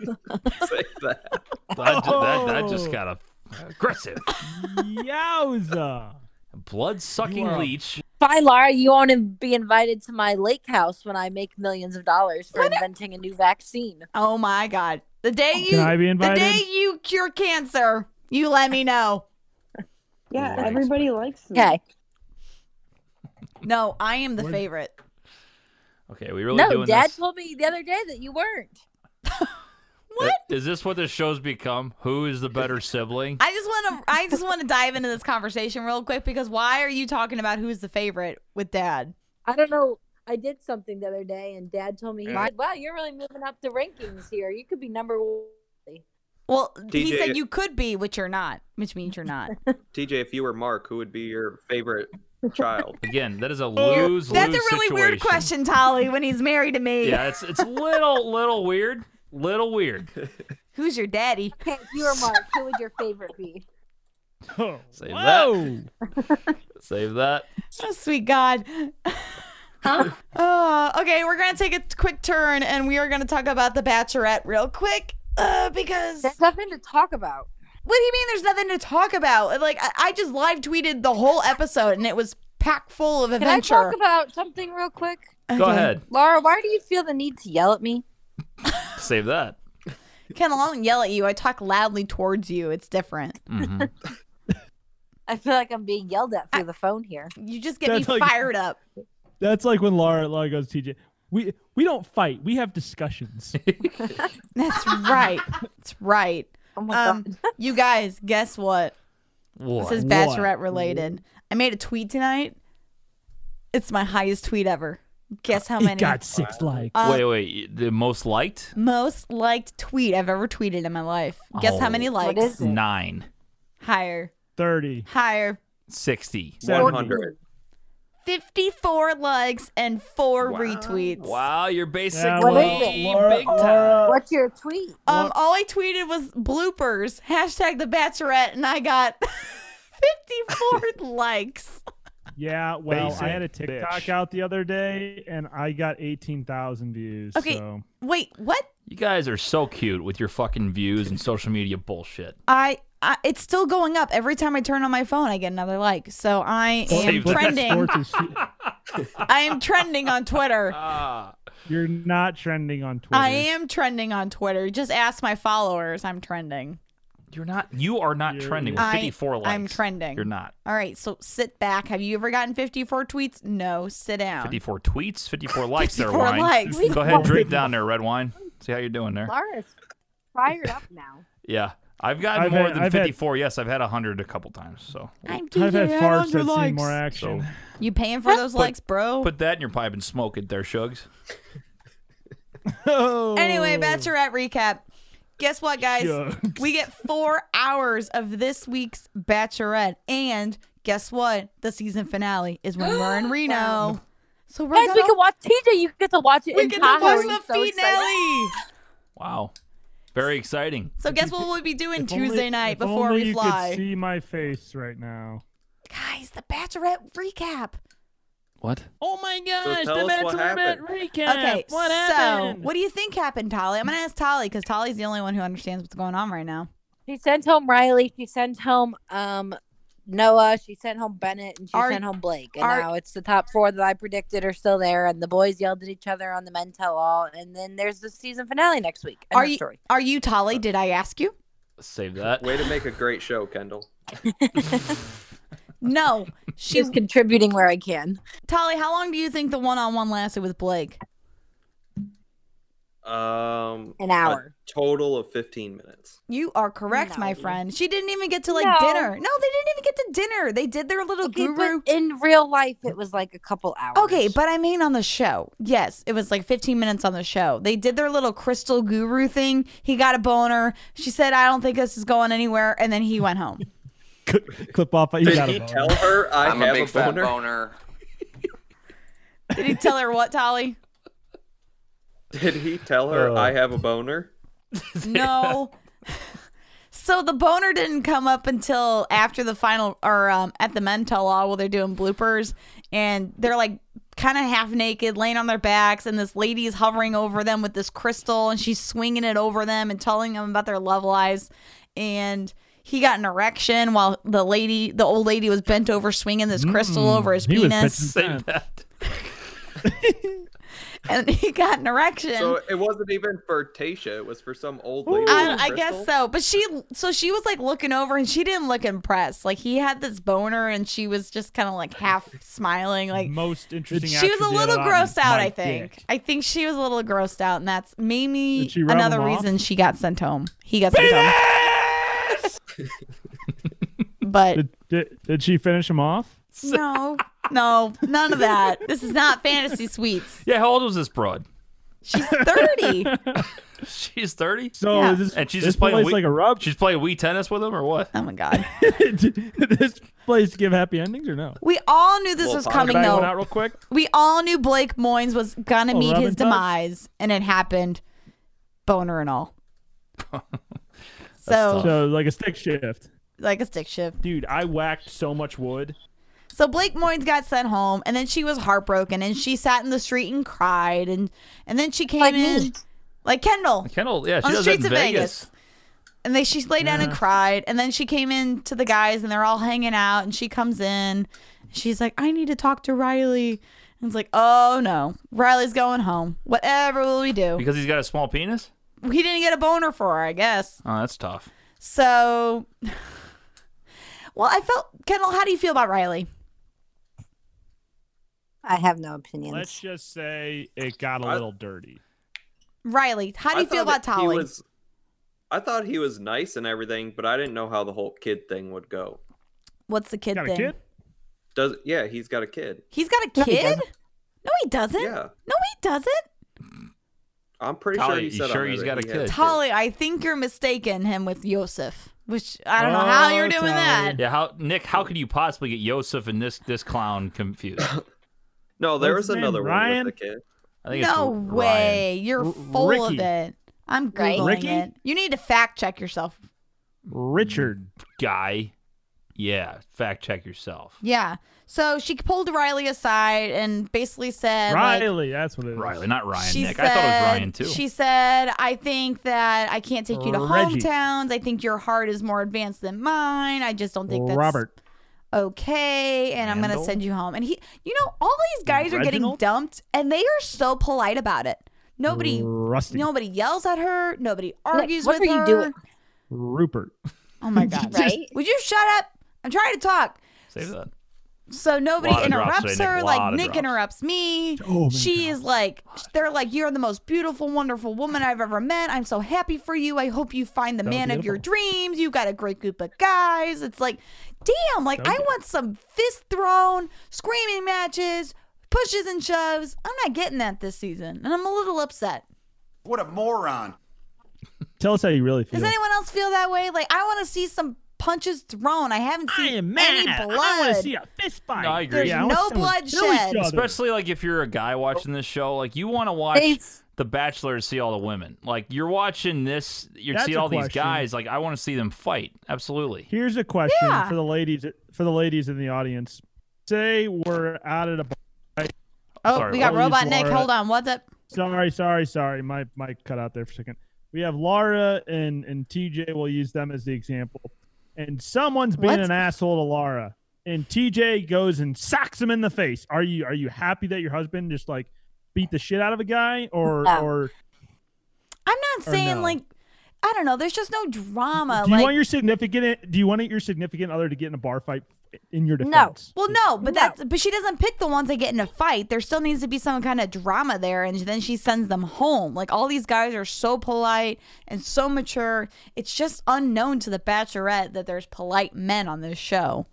[SPEAKER 5] that.
[SPEAKER 2] That, ju- that, that just got a aggressive.
[SPEAKER 1] <laughs>
[SPEAKER 4] Yowza!
[SPEAKER 2] Blood
[SPEAKER 4] You
[SPEAKER 2] sucking
[SPEAKER 4] are-
[SPEAKER 2] leech.
[SPEAKER 3] Fine, Laura. You won't in- be invited to my lake house when I make millions of dollars for inventing a new vaccine.
[SPEAKER 1] oh my god! The day you
[SPEAKER 4] Can I be
[SPEAKER 1] the
[SPEAKER 4] invited?
[SPEAKER 1] day you cure cancer, you let me know.
[SPEAKER 2] Yeah,
[SPEAKER 7] Yeah,
[SPEAKER 2] Likes, everybody
[SPEAKER 7] everybody likes
[SPEAKER 1] Hmm.
[SPEAKER 7] me.
[SPEAKER 3] Okay.
[SPEAKER 1] No, I am the
[SPEAKER 4] What-
[SPEAKER 1] favorite.
[SPEAKER 2] Okay, we really
[SPEAKER 3] no,
[SPEAKER 2] doing
[SPEAKER 3] Dad
[SPEAKER 2] this.
[SPEAKER 3] told me the other day that you weren't.
[SPEAKER 1] What?
[SPEAKER 2] Uh, Is this what this show's become? Who is the better sibling?
[SPEAKER 1] I just want to I just want to dive into this conversation real quick because why are you talking about who's the favorite with dad?
[SPEAKER 3] I don't know. I did something the other day, and Dad told me, he said, "Wow, you're really moving up the rankings here. You could be number one."
[SPEAKER 1] Well, he
[SPEAKER 5] TJ
[SPEAKER 1] said you could be, which you're not, which means you're not.
[SPEAKER 5] TJ, if you were Mark, who would be your favorite
[SPEAKER 4] <laughs>
[SPEAKER 5] child?
[SPEAKER 2] Again, that is a lose lose
[SPEAKER 1] That's a really weird question, Tolly, when he's married to me.
[SPEAKER 2] Yeah, it's it's little little weird, little weird.
[SPEAKER 1] Who's your daddy?
[SPEAKER 3] Okay, if you or Mark, who would your favorite be?
[SPEAKER 4] Oh,
[SPEAKER 2] Save that.
[SPEAKER 4] <laughs> Whoa!
[SPEAKER 2] Save that.
[SPEAKER 1] Oh, sweet God. oh, okay, we're going to take a quick turn and we are going to talk about The Bachelorette real quick uh, because.
[SPEAKER 3] There's nothing to talk about.
[SPEAKER 1] What do you mean there's nothing to talk about? Like, I, I just live tweeted the whole episode and it was packed full of
[SPEAKER 3] Can I
[SPEAKER 1] adventure.
[SPEAKER 3] talk about something real quick,
[SPEAKER 2] Go
[SPEAKER 1] Okay.
[SPEAKER 2] ahead.
[SPEAKER 3] Laura? Why do you feel the need to yell at me?
[SPEAKER 2] Save that.
[SPEAKER 1] Kendall, I don't yell at you. I talk loudly towards you. It's different. <laughs>
[SPEAKER 2] Mhm.
[SPEAKER 3] I feel like I'm being yelled at through the phone here.
[SPEAKER 1] You just get
[SPEAKER 4] That's
[SPEAKER 1] me
[SPEAKER 4] like-
[SPEAKER 1] fired up.
[SPEAKER 4] That's like when Laura Laura goes, TJ. We we don't fight. We have discussions.
[SPEAKER 1] <laughs> That's right. That's right.
[SPEAKER 3] Oh
[SPEAKER 1] <laughs>
[SPEAKER 3] my
[SPEAKER 1] Um,
[SPEAKER 3] god!
[SPEAKER 1] you guys, guess what?
[SPEAKER 2] What?
[SPEAKER 1] This is
[SPEAKER 4] What?
[SPEAKER 1] bachelorette related. I made a tweet tonight. It's my highest tweet ever. Guess
[SPEAKER 4] <laughs>
[SPEAKER 1] how many?
[SPEAKER 4] It got six likes.
[SPEAKER 1] Uh,
[SPEAKER 2] wait, wait. The most liked?
[SPEAKER 1] most liked tweet I've ever tweeted in my life. Guess how many
[SPEAKER 2] Oh.
[SPEAKER 1] likes?
[SPEAKER 3] is it?
[SPEAKER 2] Nine.
[SPEAKER 1] Higher,
[SPEAKER 4] Thirty.
[SPEAKER 1] higher.
[SPEAKER 2] 60.
[SPEAKER 5] 100.
[SPEAKER 1] 54 likes and four retweets.
[SPEAKER 2] Wow, you're basically
[SPEAKER 4] Yeah,
[SPEAKER 3] What
[SPEAKER 4] well,
[SPEAKER 3] is it?
[SPEAKER 4] Laura-
[SPEAKER 2] big time.
[SPEAKER 4] Laura-
[SPEAKER 3] What's your tweet?
[SPEAKER 1] Um, all I tweeted was bloopers, hashtag the bachelorette, and I got <laughs> 54 likes.
[SPEAKER 4] Yeah, well,
[SPEAKER 6] Basic
[SPEAKER 4] I had a TikTok
[SPEAKER 6] bitch.
[SPEAKER 4] out the other day and I got 18,000 views.
[SPEAKER 1] Okay.
[SPEAKER 4] So.
[SPEAKER 1] Wait, what?
[SPEAKER 2] You guys are so cute with your fucking views and social media bullshit.
[SPEAKER 1] I, I it's still going up. Every time I turn on my phone, I get another like. So I am
[SPEAKER 2] Save that.
[SPEAKER 1] trending.
[SPEAKER 4] Sports is-
[SPEAKER 1] I am trending on Twitter. <laughs>
[SPEAKER 2] Ah.
[SPEAKER 4] you're not trending on Twitter.
[SPEAKER 1] I am trending on Twitter. Just ask my followers. I'm trending. You're not.
[SPEAKER 2] You are not
[SPEAKER 4] You're-
[SPEAKER 2] trending with
[SPEAKER 1] I-
[SPEAKER 2] 54 likes.
[SPEAKER 1] I'm trending.
[SPEAKER 2] You're not.
[SPEAKER 1] All right, so sit back. Have you ever gotten 54 tweets? No, sit down.
[SPEAKER 2] 54
[SPEAKER 1] <laughs>
[SPEAKER 2] tweets, 54 likes there,
[SPEAKER 1] 54
[SPEAKER 2] wine.
[SPEAKER 1] likes.
[SPEAKER 2] Go ahead and drink down there, red wine. See how you're doing there.
[SPEAKER 3] Laura's fired up now.
[SPEAKER 2] Yeah. I've gotten
[SPEAKER 4] I've
[SPEAKER 2] more
[SPEAKER 4] had-
[SPEAKER 2] than
[SPEAKER 4] I've had-
[SPEAKER 2] 54. Yes, I've had 100 a couple times. So
[SPEAKER 1] I'm
[SPEAKER 4] I've had
[SPEAKER 1] DJ, I
[SPEAKER 4] farts
[SPEAKER 1] want your
[SPEAKER 4] that seen
[SPEAKER 1] likes.
[SPEAKER 4] more action.
[SPEAKER 2] So-
[SPEAKER 1] You paying for those likes, bro?
[SPEAKER 2] put that in your pipe and smoke it there, Shugs.
[SPEAKER 4] <laughs> Oh,
[SPEAKER 1] Anyway, Bachelorette recap. Guess what, guys?
[SPEAKER 4] Shucks.
[SPEAKER 1] We get four hours of this week's Bachelorette, and guess what? The season finale is when we're
[SPEAKER 3] <gasps>
[SPEAKER 1] in Reno. So we're
[SPEAKER 3] Guys,
[SPEAKER 1] gonna
[SPEAKER 3] we can watch TJ. You get to watch it
[SPEAKER 1] we
[SPEAKER 3] in
[SPEAKER 1] get
[SPEAKER 3] Tahoe.
[SPEAKER 1] watch
[SPEAKER 3] I'm
[SPEAKER 1] the
[SPEAKER 3] so excited.
[SPEAKER 1] finale.
[SPEAKER 2] Wow. Very exciting.
[SPEAKER 1] So guess what we'll be doing <laughs>
[SPEAKER 4] If only-
[SPEAKER 1] Tuesday night
[SPEAKER 4] if
[SPEAKER 1] before
[SPEAKER 4] only
[SPEAKER 1] we
[SPEAKER 4] You could
[SPEAKER 1] fly,
[SPEAKER 4] see my face right now.
[SPEAKER 1] guys. The Bachelorette recap.
[SPEAKER 2] What?
[SPEAKER 4] Oh my gosh,
[SPEAKER 5] tell
[SPEAKER 4] the
[SPEAKER 5] us
[SPEAKER 4] Bachelorette
[SPEAKER 5] what happened.
[SPEAKER 4] recap.
[SPEAKER 1] Okay,
[SPEAKER 4] what
[SPEAKER 1] so
[SPEAKER 4] happened?
[SPEAKER 1] what do you think happened, Tolly? I'm gonna ask Tolly because Tolly's the only one who understands what's going on right now.
[SPEAKER 3] She sent home Riley. She sent home um Noah. She sent home Bennett, and she
[SPEAKER 1] Are-
[SPEAKER 3] sent home Blake. And
[SPEAKER 1] are-
[SPEAKER 3] now it's the top four that I predicted are still there. And the boys yelled at each other on the men tell all. And then there's the season finale next week. End
[SPEAKER 1] Are
[SPEAKER 3] of
[SPEAKER 1] you-
[SPEAKER 3] story.
[SPEAKER 1] Are you Tolly? Did I ask you?
[SPEAKER 2] Save that.
[SPEAKER 5] Way to make a great show, Kendall.
[SPEAKER 3] <laughs>
[SPEAKER 1] No, she.
[SPEAKER 3] She's contributing where I can.
[SPEAKER 1] Tolly, how long do you think the one-on-one lasted with Blake?
[SPEAKER 5] Um,
[SPEAKER 2] Uh,
[SPEAKER 3] An
[SPEAKER 5] a
[SPEAKER 3] hour.
[SPEAKER 5] total of 15 minutes.
[SPEAKER 1] You are correct, my
[SPEAKER 3] No.
[SPEAKER 1] friend. She didn't even get to like
[SPEAKER 3] No.
[SPEAKER 1] dinner. No, they didn't even get to dinner. They did their little
[SPEAKER 3] Okay,
[SPEAKER 1] guru.
[SPEAKER 3] but in real life, it was like a couple hours.
[SPEAKER 1] Okay, but I mean on the show. Yes, it was like 15 minutes on the show. They did their little crystal guru thing. He got a boner. She said, "I don't think this is going anywhere," and then he went home.
[SPEAKER 4] Clip- Clip off. You
[SPEAKER 5] Did
[SPEAKER 4] got
[SPEAKER 5] he
[SPEAKER 4] it,
[SPEAKER 5] tell her I
[SPEAKER 6] I'm a
[SPEAKER 5] have
[SPEAKER 6] big
[SPEAKER 5] a
[SPEAKER 6] fat
[SPEAKER 5] boner?
[SPEAKER 6] boner.
[SPEAKER 1] Did he tell her what, Tolly?
[SPEAKER 5] Did he tell her
[SPEAKER 4] Uh.
[SPEAKER 2] Oh.
[SPEAKER 5] I have a boner?
[SPEAKER 1] <laughs> No. so the boner didn't come up until after the final or um, at the men tell all while they're doing bloopers and they're like kind of half naked laying on their backs and this lady is hovering over them with this crystal and she's swinging it over them and telling them about their love lives and he got an erection while the lady the old lady was bent over swinging this <laughs> crystal
[SPEAKER 4] Mm,
[SPEAKER 1] over his
[SPEAKER 4] he was
[SPEAKER 1] penis
[SPEAKER 2] <laughs> Save that.
[SPEAKER 1] <laughs> and he got an erection
[SPEAKER 5] So it wasn't even for Tasha. It was for some old lady. with
[SPEAKER 1] I,
[SPEAKER 5] a
[SPEAKER 1] I guess
[SPEAKER 5] crystal?
[SPEAKER 1] so. But she, so she was like looking over, and she didn't look impressed. Like he had this boner, and she was just kind of like half smiling. Like
[SPEAKER 4] Most interesting.
[SPEAKER 1] she was a
[SPEAKER 4] attribute
[SPEAKER 1] little
[SPEAKER 4] of
[SPEAKER 1] grossed out.
[SPEAKER 4] my
[SPEAKER 1] I think.
[SPEAKER 4] dick.
[SPEAKER 1] I think she was a little grossed out, and that's maybe
[SPEAKER 4] Did she rub
[SPEAKER 1] another
[SPEAKER 4] him off?
[SPEAKER 1] reason she got sent home. He got sent home. but
[SPEAKER 4] Did, did, did she finish him off?
[SPEAKER 1] no, no, none of that. This is not fantasy suites.
[SPEAKER 2] Yeah, how old was this broad? <laughs>
[SPEAKER 1] She's thirty.
[SPEAKER 2] She's 30?
[SPEAKER 4] So
[SPEAKER 1] Yeah.
[SPEAKER 4] is this,
[SPEAKER 2] And she's
[SPEAKER 4] this
[SPEAKER 2] just playing
[SPEAKER 4] place
[SPEAKER 2] Wii-
[SPEAKER 4] like a
[SPEAKER 2] <laughs>
[SPEAKER 4] rub.
[SPEAKER 2] She's playing Wii tennis with him or what?
[SPEAKER 1] Oh my god.
[SPEAKER 4] <laughs> Did this place give happy endings or no?
[SPEAKER 1] We all knew this
[SPEAKER 5] Well,
[SPEAKER 1] was
[SPEAKER 5] Bonnie-
[SPEAKER 1] coming
[SPEAKER 4] Can I
[SPEAKER 1] though.
[SPEAKER 4] one out real quick?
[SPEAKER 1] We all knew Blake Moynes was gonna
[SPEAKER 4] Oh,
[SPEAKER 1] meet
[SPEAKER 4] Robin
[SPEAKER 1] his
[SPEAKER 4] Tubbs?
[SPEAKER 1] demise, and it happened, boner and
[SPEAKER 4] <laughs>
[SPEAKER 1] all. so Oh.
[SPEAKER 2] tough.
[SPEAKER 4] So like a stick shift.
[SPEAKER 1] like a stick shift.
[SPEAKER 4] Dude, I whacked so much wood.
[SPEAKER 1] So Blake Moynes got sent home, and then she was heartbroken, and she sat in the street and cried, and and then she came
[SPEAKER 3] Like me.
[SPEAKER 1] in like Kendall,
[SPEAKER 2] Kendall, yeah, she
[SPEAKER 1] On the
[SPEAKER 2] does that in
[SPEAKER 1] streets of Vegas. and they she lay down and cried, and then she came in to the guys, and they're all hanging out, and she comes in, she's like, I need to talk to Riley. And it's like, oh no, Riley's going home. Whatever will we do?
[SPEAKER 2] Because he's got a small penis?
[SPEAKER 1] He didn't get a boner for her, I guess.
[SPEAKER 2] Oh, that's tough.
[SPEAKER 1] So, <laughs> well, I felt Kendall. How do you feel about Riley?
[SPEAKER 3] I have no opinions.
[SPEAKER 4] Let's just say it got a
[SPEAKER 5] I-
[SPEAKER 4] little dirty.
[SPEAKER 1] Riley, how do
[SPEAKER 5] I
[SPEAKER 1] you feel
[SPEAKER 5] thought
[SPEAKER 1] about
[SPEAKER 5] he
[SPEAKER 1] Tolly?
[SPEAKER 5] was- I thought he was nice and everything, but I didn't know how the whole kid thing would go.
[SPEAKER 1] What's the kid
[SPEAKER 4] Got a
[SPEAKER 1] thing?
[SPEAKER 4] kid?
[SPEAKER 5] Does yeah, he's got a kid.
[SPEAKER 1] He's got a
[SPEAKER 3] No, he
[SPEAKER 1] kid.
[SPEAKER 3] doesn't.
[SPEAKER 1] No, he doesn't.
[SPEAKER 5] Yeah,
[SPEAKER 1] No, he doesn't.
[SPEAKER 5] I'm pretty
[SPEAKER 2] Tolly,
[SPEAKER 5] sure he
[SPEAKER 2] you
[SPEAKER 5] said on
[SPEAKER 2] sure
[SPEAKER 5] there
[SPEAKER 2] he's
[SPEAKER 5] that
[SPEAKER 2] got a
[SPEAKER 5] he had
[SPEAKER 2] kid?
[SPEAKER 1] Tolly, I think you're mistaken him with Yosef, which I don't know how you're
[SPEAKER 4] Oh,
[SPEAKER 1] doing
[SPEAKER 4] Tolly.
[SPEAKER 1] that.
[SPEAKER 2] Yeah, how Nick, how could you possibly get Yosef and this this clown confused?
[SPEAKER 5] No, there
[SPEAKER 4] What's
[SPEAKER 5] was
[SPEAKER 4] his name,
[SPEAKER 5] another
[SPEAKER 4] Ryan?
[SPEAKER 5] one with the kid.
[SPEAKER 2] I think it's
[SPEAKER 1] No
[SPEAKER 2] Ryan.
[SPEAKER 1] way. You're
[SPEAKER 4] R-
[SPEAKER 1] full of
[SPEAKER 4] Ricky.
[SPEAKER 1] it. I'm
[SPEAKER 3] Right?
[SPEAKER 1] googling
[SPEAKER 4] Ricky?
[SPEAKER 1] it. You need to fact check yourself.
[SPEAKER 4] Richard.
[SPEAKER 1] Mm.
[SPEAKER 2] Guy. Yeah, fact check yourself.
[SPEAKER 1] Yeah. So she pulled Riley aside and basically said, like,
[SPEAKER 4] Riley, that's what it is.
[SPEAKER 2] Riley, not Ryan,
[SPEAKER 1] She
[SPEAKER 2] Nick. I thought it
[SPEAKER 1] said-
[SPEAKER 2] was Ryan too.
[SPEAKER 1] She said, I think that I can't take you to
[SPEAKER 4] Reggie.
[SPEAKER 1] hometowns. I think your heart is more advanced than mine. I just don't think that's
[SPEAKER 4] Robert.
[SPEAKER 1] okay. And I'm going
[SPEAKER 2] Randall?
[SPEAKER 1] to send you home. And he, you know, all these guys are getting
[SPEAKER 4] Reginald?
[SPEAKER 1] dumped and they are so polite about it. Nobody,
[SPEAKER 4] Rusty.
[SPEAKER 1] nobody yells at her. Nobody
[SPEAKER 3] Nick,
[SPEAKER 1] argues
[SPEAKER 3] what
[SPEAKER 1] with
[SPEAKER 3] are
[SPEAKER 1] her.
[SPEAKER 3] you doing?
[SPEAKER 4] Rupert.
[SPEAKER 1] Oh
[SPEAKER 3] <laughs>
[SPEAKER 1] my God.
[SPEAKER 3] Right?
[SPEAKER 1] Would you shut up? I'm trying to talk.
[SPEAKER 2] Save that.
[SPEAKER 1] So nobody
[SPEAKER 2] Lot of drops
[SPEAKER 1] interrupts
[SPEAKER 2] today, Nick.
[SPEAKER 1] her.
[SPEAKER 2] Lot
[SPEAKER 1] Like
[SPEAKER 2] of
[SPEAKER 1] Nick
[SPEAKER 2] drops.
[SPEAKER 1] interrupts me.
[SPEAKER 4] Oh, my
[SPEAKER 1] she is like, they're like, you're the most beautiful, wonderful woman I've ever met. I'm so happy for you. I hope you find the
[SPEAKER 4] So
[SPEAKER 1] man of your
[SPEAKER 4] beautiful.
[SPEAKER 1] dreams. You've got a great group of guys. It's like, damn, like I
[SPEAKER 4] beautiful.
[SPEAKER 1] want some fist thrown, screaming matches, pushes and shoves. I'm not getting that this season, and I'm a little upset.
[SPEAKER 7] What a moron.
[SPEAKER 4] Tell us how you really feel.
[SPEAKER 1] Does anyone else feel that way? Like I want to see some punches thrown. I haven't
[SPEAKER 4] I
[SPEAKER 1] seen
[SPEAKER 4] am
[SPEAKER 1] any
[SPEAKER 4] mad.
[SPEAKER 1] blood.
[SPEAKER 4] I want to see a fist fight.
[SPEAKER 2] No, I agree.
[SPEAKER 1] There's
[SPEAKER 4] I want
[SPEAKER 1] no
[SPEAKER 4] someone to kill
[SPEAKER 1] bloodshed.
[SPEAKER 4] each other.
[SPEAKER 2] Especially like if you're a guy watching this show, like you want to watch
[SPEAKER 3] They-
[SPEAKER 2] The Bachelor to see all the women. Like you're watching this, you're
[SPEAKER 4] That's
[SPEAKER 2] seeing
[SPEAKER 4] a
[SPEAKER 2] all these
[SPEAKER 4] question.
[SPEAKER 2] guys. Like I want to see them fight. Absolutely.
[SPEAKER 4] Here's a question
[SPEAKER 1] Yeah.
[SPEAKER 4] for the ladies for the ladies in the audience. Say we're out at a bar
[SPEAKER 1] Oh,
[SPEAKER 2] Sorry,
[SPEAKER 1] we got
[SPEAKER 4] what was
[SPEAKER 1] Robot
[SPEAKER 4] it,
[SPEAKER 1] Nick.
[SPEAKER 4] Laura?
[SPEAKER 1] Hold on. What's up?
[SPEAKER 4] Sorry, sorry, sorry. My mic cut out there for a second. We have Laura and and TJ. We'll use them as the example. And someone's being
[SPEAKER 1] What?
[SPEAKER 4] an asshole to Laura, and TJ goes and socks him in the face. Are you are you happy that your husband just like beat the shit out of a guy, or
[SPEAKER 3] No.
[SPEAKER 4] or
[SPEAKER 1] I'm not
[SPEAKER 4] Or
[SPEAKER 1] saying
[SPEAKER 4] no?
[SPEAKER 1] like I don't know. There's just no drama.
[SPEAKER 4] do you
[SPEAKER 1] like,
[SPEAKER 4] want your significant do you want your significant other to get in a bar fight in your
[SPEAKER 3] No.
[SPEAKER 4] defense?
[SPEAKER 1] well, no, but
[SPEAKER 3] No.
[SPEAKER 1] that's but she doesn't pick the ones that get in a fight. There still needs to be some kind of drama there, and then she sends them home. Like all these guys are so polite and so mature. It's just unknown to the Bachelorette that there's polite men on this show.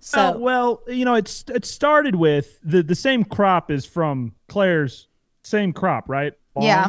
[SPEAKER 1] So
[SPEAKER 4] Uh, well, you know, it's it started with the the same crop is from Claire's same crop, right? Vaughn?
[SPEAKER 1] Yeah.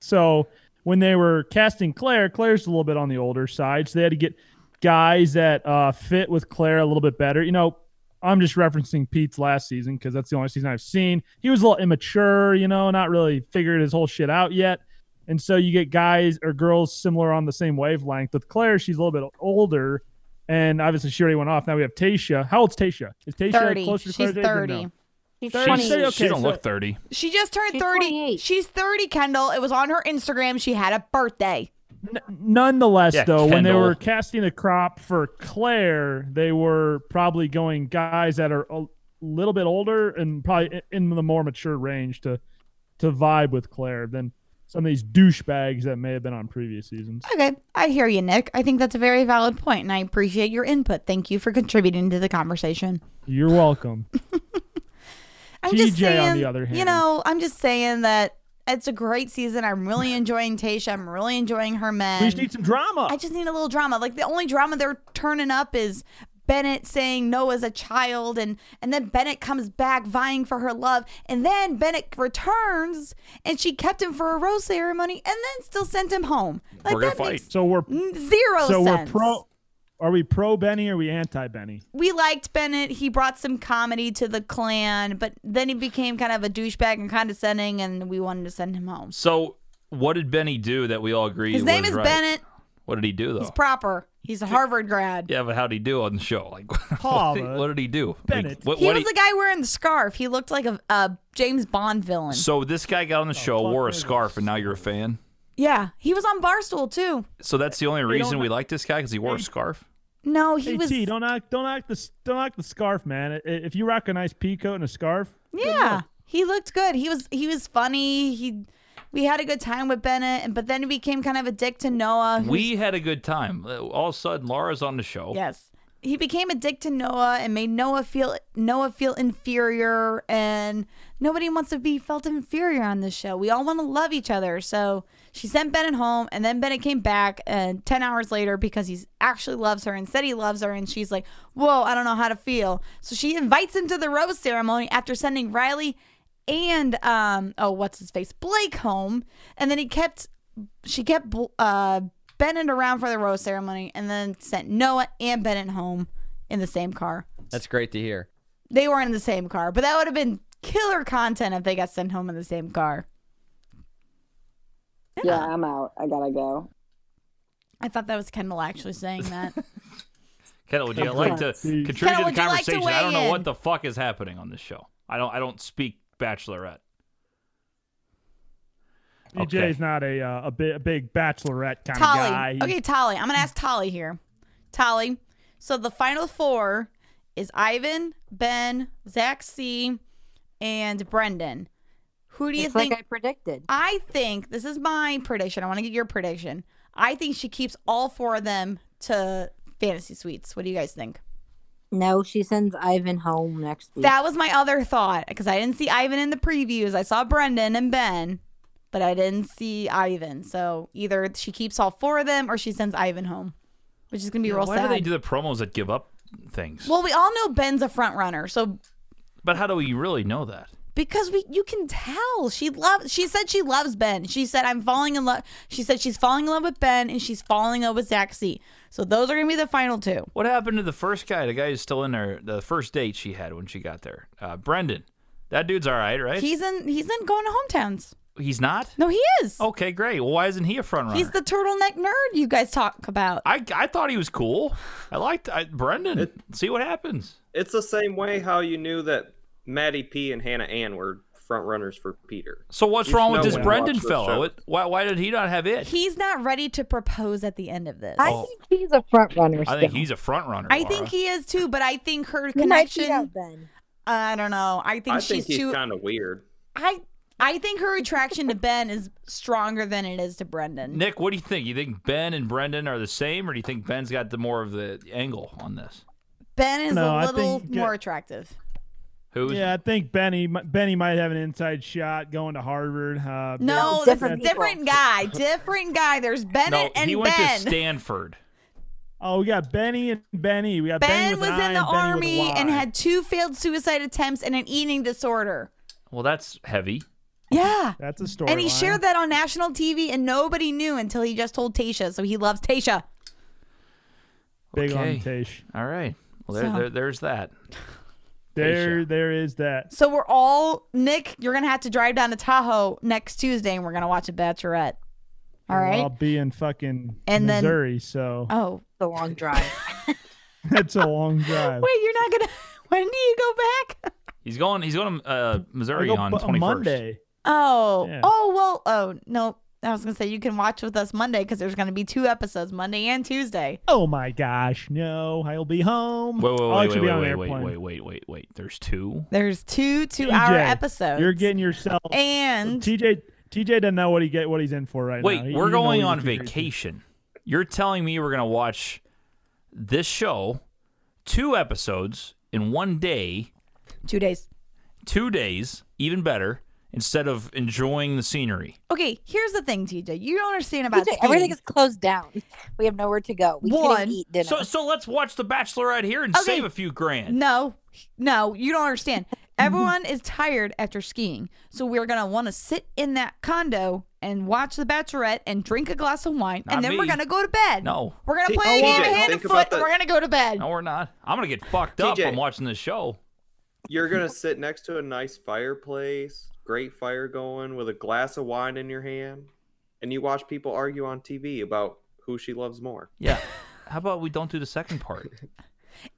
[SPEAKER 4] So when they were casting Claire, Claire's a little bit on the older side, so they had to get guys that uh, fit with Claire a little bit better. You know, I'm just referencing Pete's last season because that's the only season I've seen. He was a little immature, you know, not really figured his whole shit out yet. And so you get guys or girls similar on the same wavelength. With Claire, she's a little bit older, and obviously she already went off. Now we have Tasha. How old's Tasha? Is Tasha
[SPEAKER 1] thirty.
[SPEAKER 4] closer to
[SPEAKER 1] She's
[SPEAKER 4] Claire's age or
[SPEAKER 1] thirty.
[SPEAKER 4] no?
[SPEAKER 3] She's
[SPEAKER 4] She's
[SPEAKER 2] She's-
[SPEAKER 3] 28.
[SPEAKER 4] okay,
[SPEAKER 2] she don't
[SPEAKER 4] so-
[SPEAKER 2] look 30.
[SPEAKER 1] She just turned
[SPEAKER 3] She's
[SPEAKER 1] 30.
[SPEAKER 3] 28.
[SPEAKER 1] She's 30, Kendall. It was on her Instagram. She had a birthday.
[SPEAKER 4] Nonetheless,
[SPEAKER 2] Yeah,
[SPEAKER 4] though, when they
[SPEAKER 2] Kendall.
[SPEAKER 4] were casting a crop for Claire, they were probably going guys that are a little bit older and probably in the more mature range to to vibe with Claire than some of these douchebags that may have been on previous seasons.
[SPEAKER 1] Okay, I hear you, Nick. I think that's a very valid point, and I appreciate your input. Thank you for contributing to the conversation. <laughs>
[SPEAKER 4] You're welcome.
[SPEAKER 1] I'm just
[SPEAKER 4] TJ,
[SPEAKER 1] saying,
[SPEAKER 4] on the other
[SPEAKER 1] you
[SPEAKER 4] hand.
[SPEAKER 1] know, I'm just saying that it's a great season. I'm really enjoying Tasha. I'm really enjoying her men.
[SPEAKER 4] we just need some drama.
[SPEAKER 1] I just need a little drama. Like the only drama they're turning up is Bennett saying Noah's a child and and then Bennett comes back vying for her love and then Bennett returns and she kept him for a rose ceremony and then still sent him home. Like
[SPEAKER 2] We're gonna
[SPEAKER 1] that
[SPEAKER 2] fight.
[SPEAKER 1] makes
[SPEAKER 4] so we're
[SPEAKER 1] n- zero
[SPEAKER 4] so we're
[SPEAKER 1] sense.
[SPEAKER 4] pro. Are we pro Benny or are we anti Benny?
[SPEAKER 1] we liked Bennett. He brought some comedy to the clan, but then he became kind of a douchebag and condescending and we wanted to send him home.
[SPEAKER 2] So, what did Benny do that we all agree?
[SPEAKER 1] His
[SPEAKER 2] was
[SPEAKER 1] name is
[SPEAKER 2] right?
[SPEAKER 1] Bennett.
[SPEAKER 2] What did he do though?
[SPEAKER 1] He's proper. He's a Harvard grad.
[SPEAKER 2] yeah, but how did he do on the show? Like, <laughs> what,
[SPEAKER 4] Paul,
[SPEAKER 2] did,
[SPEAKER 4] uh,
[SPEAKER 2] what did he do? Like,
[SPEAKER 4] Bennett.
[SPEAKER 2] what,
[SPEAKER 1] He
[SPEAKER 2] what
[SPEAKER 1] was the guy wearing the scarf. He looked like a, a James Bond villain.
[SPEAKER 2] so this guy got on the show,
[SPEAKER 4] Oh, fuck
[SPEAKER 2] wore a
[SPEAKER 4] it.
[SPEAKER 2] scarf, and now you're a fan.
[SPEAKER 1] Yeah, he was on Barstool too.
[SPEAKER 2] So that's the only
[SPEAKER 4] They don't
[SPEAKER 2] reason we
[SPEAKER 4] know-
[SPEAKER 2] like this guy because he wore a
[SPEAKER 1] Mm.
[SPEAKER 4] They-
[SPEAKER 2] scarf.
[SPEAKER 1] No, he
[SPEAKER 4] Hey,
[SPEAKER 1] was.
[SPEAKER 4] T, don't act, don't act the, don't act the scarf, man. I- If you rock a nice pea coat and a scarf,
[SPEAKER 1] yeah, he looked good. He was. He was funny. He. We had a good time with Bennett, and but then he became kind of a dick to Noah. who's-
[SPEAKER 2] We had a good time. Uh, All of a sudden, Laura's on the show.
[SPEAKER 1] Yes. He became a dick to Noah and made Noah feel Noah feel inferior and nobody wants to be felt inferior on this show. We all want to love each other. So she sent Bennett home and then Bennett came back and 10 hours later because he's actually loves her and said he loves her and she's like, "Whoa, I don't know how to feel." So she invites him to the rose ceremony after sending Riley and um oh, what's his face? Blake home and then he kept she kept uh, Bennett around for the rose ceremony and then sent Noah and Bennett home in the same car.
[SPEAKER 6] That's great to hear.
[SPEAKER 1] They were in the same car, but that would have been killer content if they got sent home in the same car.
[SPEAKER 8] Yeah, I'm out. I gotta go.
[SPEAKER 1] I thought that was Kendall actually saying that.
[SPEAKER 2] Kendall, would you like to
[SPEAKER 4] Jeez.
[SPEAKER 2] contribute
[SPEAKER 1] Kendall,
[SPEAKER 2] to
[SPEAKER 1] would
[SPEAKER 2] the
[SPEAKER 1] you like to
[SPEAKER 2] conversation? I don't
[SPEAKER 1] weigh
[SPEAKER 2] know
[SPEAKER 1] in?
[SPEAKER 2] what the fuck is happening on this show. I don't. I don't speak Bachelorette. Okay.
[SPEAKER 4] DJ's not a uh, a, bi- a big bachelorette kind of guy.
[SPEAKER 1] Tolly.
[SPEAKER 4] He's-
[SPEAKER 1] Okay, Tolly. I'm going to ask Tolly here. Tolly. So the final four is Ivan, Ben, Zach C, and Brendan. Who do you
[SPEAKER 3] It's
[SPEAKER 1] think?
[SPEAKER 3] like I predicted.
[SPEAKER 1] I think this is my prediction. I want to get your prediction. I think she keeps all four of them to fantasy suites. What do you guys think?
[SPEAKER 3] No, she sends Ivan home next week.
[SPEAKER 1] That was my other thought because I didn't see Ivan in the previews. I saw Brendan and Ben, but I didn't see Ivan. So either she keeps all four of them or she sends Ivan home, which is gonna be real
[SPEAKER 2] Why
[SPEAKER 1] sad.
[SPEAKER 2] do they do the promos that give up things?
[SPEAKER 1] well, we all know Ben's a front runner, so
[SPEAKER 2] but how do we really know that?
[SPEAKER 1] because we you can tell she loves she said she loves ben she said i'm falling in love she said she's falling in love with ben and she's falling in love with zaxi so those are gonna be the final two
[SPEAKER 2] What happened to the first guy? The guy who's still in there. The first date she had when she got there, uh, Brendan. That dude's all right, right?
[SPEAKER 1] he's in he's in going to hometowns
[SPEAKER 2] He's not.
[SPEAKER 1] no he is
[SPEAKER 2] Okay, great. Well, why isn't he a front runner?
[SPEAKER 1] he's the turtleneck nerd you guys talk about
[SPEAKER 2] I, I thought he was cool. I liked I, Brendan. see what happens.
[SPEAKER 5] It's the same way how you knew that Maddie P and Hannah Ann were front runners for Peter.
[SPEAKER 2] So what's
[SPEAKER 5] There's
[SPEAKER 2] wrong with
[SPEAKER 5] no
[SPEAKER 2] this
[SPEAKER 5] way to
[SPEAKER 2] Brendan
[SPEAKER 5] watch this
[SPEAKER 2] fellow?
[SPEAKER 5] show.
[SPEAKER 2] It- why, why did he not have it?
[SPEAKER 1] He's not ready to propose at the end of this.
[SPEAKER 2] I
[SPEAKER 1] I,
[SPEAKER 2] Oh.
[SPEAKER 8] I think he's a front runner.
[SPEAKER 2] I think he's a front runner.
[SPEAKER 1] think he is too, but I think her
[SPEAKER 3] You might be
[SPEAKER 1] connection.
[SPEAKER 3] out then.
[SPEAKER 1] I don't know. I think
[SPEAKER 5] I
[SPEAKER 1] she's
[SPEAKER 5] think he's
[SPEAKER 1] too.
[SPEAKER 5] kind of weird.
[SPEAKER 1] I I think her attraction to Ben is stronger than it is to Brendan.
[SPEAKER 2] Nick, what do you think? You think Ben and Brendan are the same, or do you think Ben's got the more of the angle on this?
[SPEAKER 1] Ben is
[SPEAKER 4] No,
[SPEAKER 1] a
[SPEAKER 4] I
[SPEAKER 1] little
[SPEAKER 4] think-
[SPEAKER 1] more attractive.
[SPEAKER 2] Who's
[SPEAKER 4] Yeah, I think Benny mi- Benny might have an inside shot going to Harvard. Uh,
[SPEAKER 1] No,
[SPEAKER 3] No,
[SPEAKER 1] that's
[SPEAKER 3] different
[SPEAKER 1] a different guy. Different guy. There's
[SPEAKER 2] no?
[SPEAKER 1] Bennett and
[SPEAKER 2] He went
[SPEAKER 4] <laughs>
[SPEAKER 1] Ben.
[SPEAKER 2] to Stanford.
[SPEAKER 4] Oh, we got Benny and Benny. We got Benny
[SPEAKER 1] ben
[SPEAKER 4] with
[SPEAKER 1] was
[SPEAKER 4] an I
[SPEAKER 1] in the
[SPEAKER 4] and
[SPEAKER 1] army
[SPEAKER 4] Benny with a Y.
[SPEAKER 1] and had two failed suicide attempts and an eating disorder.
[SPEAKER 2] Well, that's heavy.
[SPEAKER 1] Yeah.
[SPEAKER 4] That's a story.
[SPEAKER 1] And he shared that on national TV and nobody knew until he just told Tasha. So he loves Tasha.
[SPEAKER 4] big
[SPEAKER 2] Okay.
[SPEAKER 4] on Tish.
[SPEAKER 2] All right. Well, there,
[SPEAKER 1] So-
[SPEAKER 2] there, there's that.
[SPEAKER 4] There, there is that.
[SPEAKER 1] So we're all Nick, you're gonna have to drive down to Tahoe next Tuesday and we're gonna watch a bachelorette. All right.
[SPEAKER 4] I'll be in fucking
[SPEAKER 1] And then-
[SPEAKER 4] Missouri, so <laughs>
[SPEAKER 1] oh.
[SPEAKER 8] a long
[SPEAKER 3] <laughs>
[SPEAKER 8] drive.
[SPEAKER 4] that's a long drive.
[SPEAKER 1] Wait, you're not gonna <laughs> when do you go back?
[SPEAKER 2] He's going. He's going to uh,
[SPEAKER 4] I
[SPEAKER 2] Missouri
[SPEAKER 4] go
[SPEAKER 2] on
[SPEAKER 4] bu-
[SPEAKER 2] twenty first.
[SPEAKER 4] Monday.
[SPEAKER 1] Oh.
[SPEAKER 4] Yeah.
[SPEAKER 1] Oh well oh no. I was gonna say you can watch with us Monday because there's gonna be two episodes, Monday and Tuesday.
[SPEAKER 4] Oh my gosh, no! I'll be home.
[SPEAKER 2] Wait, wait,
[SPEAKER 4] I'll
[SPEAKER 2] wait,
[SPEAKER 4] actually
[SPEAKER 2] wait,
[SPEAKER 4] be on
[SPEAKER 2] wait,
[SPEAKER 4] an
[SPEAKER 2] wait,
[SPEAKER 4] airplane.
[SPEAKER 2] wait, wait, wait, wait. There's two.
[SPEAKER 1] There's two two hour
[SPEAKER 4] TJ,
[SPEAKER 1] episodes.
[SPEAKER 4] You're getting yourself.
[SPEAKER 1] and
[SPEAKER 4] TJ, TJ doesn't know what he get, what he's in for right
[SPEAKER 2] Wait,
[SPEAKER 4] now. uh, He-
[SPEAKER 2] we're
[SPEAKER 4] you know
[SPEAKER 2] going
[SPEAKER 4] he's
[SPEAKER 2] on
[SPEAKER 4] crazy.
[SPEAKER 2] vacation. You're telling me we're going to watch this show, two episodes in one day,
[SPEAKER 1] two days.
[SPEAKER 2] two days, even better, instead of enjoying the scenery.
[SPEAKER 1] Okay, here's the thing, TJ. You don't understand about
[SPEAKER 3] TJ, everything
[SPEAKER 1] skiing.
[SPEAKER 3] is closed down. We have nowhere to go. We
[SPEAKER 1] One.
[SPEAKER 3] can't even eat dinner.
[SPEAKER 2] So, so let's watch The Bachelorette here and
[SPEAKER 1] Okay.
[SPEAKER 2] save a few grand.
[SPEAKER 1] No, no, you don't understand. Everyone is tired after skiing, so we're gonna want to sit in that condo and watch The Bachelorette and drink a glass of wine,
[SPEAKER 2] Not
[SPEAKER 1] and then we're
[SPEAKER 2] me.
[SPEAKER 1] gonna go to bed.
[SPEAKER 2] No.
[SPEAKER 1] we're gonna
[SPEAKER 5] T-
[SPEAKER 1] play a
[SPEAKER 5] TJ,
[SPEAKER 1] game of hand and
[SPEAKER 5] think
[SPEAKER 1] foot,
[SPEAKER 5] about
[SPEAKER 1] and
[SPEAKER 5] the-
[SPEAKER 1] we're gonna go to bed.
[SPEAKER 2] No, we're not. I'm gonna get fucked up
[SPEAKER 5] TJ.
[SPEAKER 2] from watching this show.
[SPEAKER 5] You're gonna sit next to a nice fireplace, great fire going, with a glass of wine in your hand, and you watch people argue on TV about who she loves more.
[SPEAKER 2] Yeah. <laughs> How about we don't do the second part?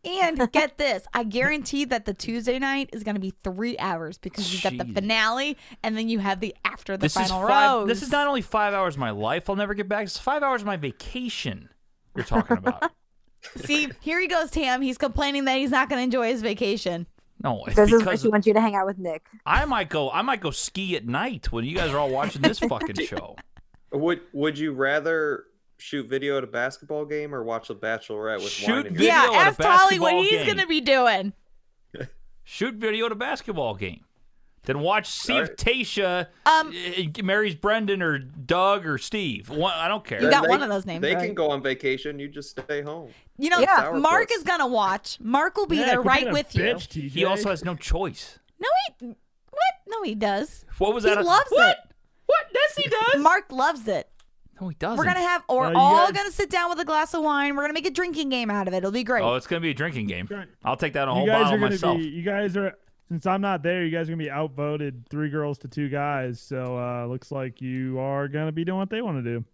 [SPEAKER 1] And get this, I guarantee that the Tuesday night is gonna be three hours because you've got the
[SPEAKER 2] Jeez.
[SPEAKER 1] finale, and then you have the after <laughs> the
[SPEAKER 2] this is
[SPEAKER 1] final
[SPEAKER 2] five.
[SPEAKER 1] rose.
[SPEAKER 2] This is not only five hours of my life. I'll never get back. It's five hours of my vacation. You're talking about.
[SPEAKER 1] <laughs> <laughs> See, here he goes, Tam. He's complaining that he's not gonna enjoy his vacation.
[SPEAKER 2] No, it's
[SPEAKER 3] this is why
[SPEAKER 2] because
[SPEAKER 3] she wants you to hang out with Nick.
[SPEAKER 2] I might go. I might go ski at night when you guys are all watching this fucking show.
[SPEAKER 5] Would Would you rather shoot video at a basketball game or watch The Bachelorette with
[SPEAKER 2] Shoot
[SPEAKER 5] wine? In your
[SPEAKER 2] video-
[SPEAKER 5] hand?
[SPEAKER 1] yeah,
[SPEAKER 2] at a
[SPEAKER 1] ask Tolly what
[SPEAKER 2] basketball
[SPEAKER 1] he's
[SPEAKER 2] game.
[SPEAKER 1] gonna be doing.
[SPEAKER 2] Shoot video at a basketball game, then watch see if
[SPEAKER 5] Alright.
[SPEAKER 2] Tasha
[SPEAKER 1] Um,
[SPEAKER 2] uh, marries Brendan or Doug or Steve. One, I don't care.
[SPEAKER 1] You got
[SPEAKER 5] They-
[SPEAKER 1] one of those names
[SPEAKER 5] They
[SPEAKER 1] right.
[SPEAKER 5] can go on vacation. You just stay home.
[SPEAKER 1] You know,
[SPEAKER 5] Yeah.
[SPEAKER 1] Mark
[SPEAKER 5] Sourpuss.
[SPEAKER 1] is gonna watch. Mark will be
[SPEAKER 4] Yeah,
[SPEAKER 1] there
[SPEAKER 4] quit
[SPEAKER 1] right
[SPEAKER 4] being a
[SPEAKER 1] with you.
[SPEAKER 4] bitch, TJ.
[SPEAKER 2] he also has no choice.
[SPEAKER 1] No, he. What? No, he does.
[SPEAKER 2] What was
[SPEAKER 1] He
[SPEAKER 2] that?
[SPEAKER 1] loves
[SPEAKER 2] what?
[SPEAKER 1] it.
[SPEAKER 2] What? Yes, he
[SPEAKER 1] <laughs>
[SPEAKER 2] does.
[SPEAKER 1] Mark loves it.
[SPEAKER 2] no, he doesn't.
[SPEAKER 1] We're gonna have. We're
[SPEAKER 4] Uh, you
[SPEAKER 1] all
[SPEAKER 4] guys-
[SPEAKER 1] gonna sit down with a glass of wine. We're gonna make a drinking game out of it. It'll be great.
[SPEAKER 2] Oh, it's gonna be a drinking game. I'll take that a
[SPEAKER 4] You
[SPEAKER 2] whole
[SPEAKER 4] guys are
[SPEAKER 2] bottle
[SPEAKER 4] gonna
[SPEAKER 2] myself.
[SPEAKER 4] be. You guys are. Since I'm not there, you guys are gonna be outvoted, three girls to two guys. So uh looks like you are gonna be doing what they want to do.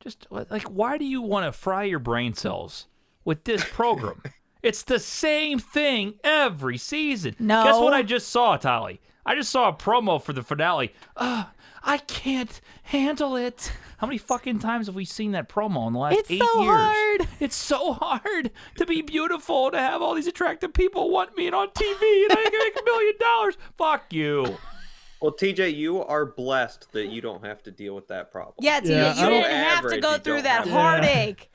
[SPEAKER 2] Just like, why do you want to fry your brain cells with this program? it's the same thing every season.
[SPEAKER 1] No.
[SPEAKER 2] Guess what I just saw, Tolly? I just saw a promo for the finale. Ugh, I can't handle it. How many fucking times have we seen that promo in the last
[SPEAKER 1] It's
[SPEAKER 2] eight
[SPEAKER 1] so
[SPEAKER 2] years?
[SPEAKER 1] hard.
[SPEAKER 2] <laughs> It's so hard to be beautiful, to have all these attractive people want me and on TV, and I can make a million dollars. Fuck you.
[SPEAKER 5] Well, TJ, you are blessed that you don't have to deal with that problem.
[SPEAKER 1] yeah, TJ,
[SPEAKER 4] Yeah,
[SPEAKER 1] you
[SPEAKER 4] I
[SPEAKER 1] didn't have
[SPEAKER 4] don't-
[SPEAKER 1] to
[SPEAKER 5] Average,
[SPEAKER 1] go
[SPEAKER 5] you
[SPEAKER 1] through
[SPEAKER 5] don't
[SPEAKER 1] that
[SPEAKER 5] have-
[SPEAKER 1] heartache.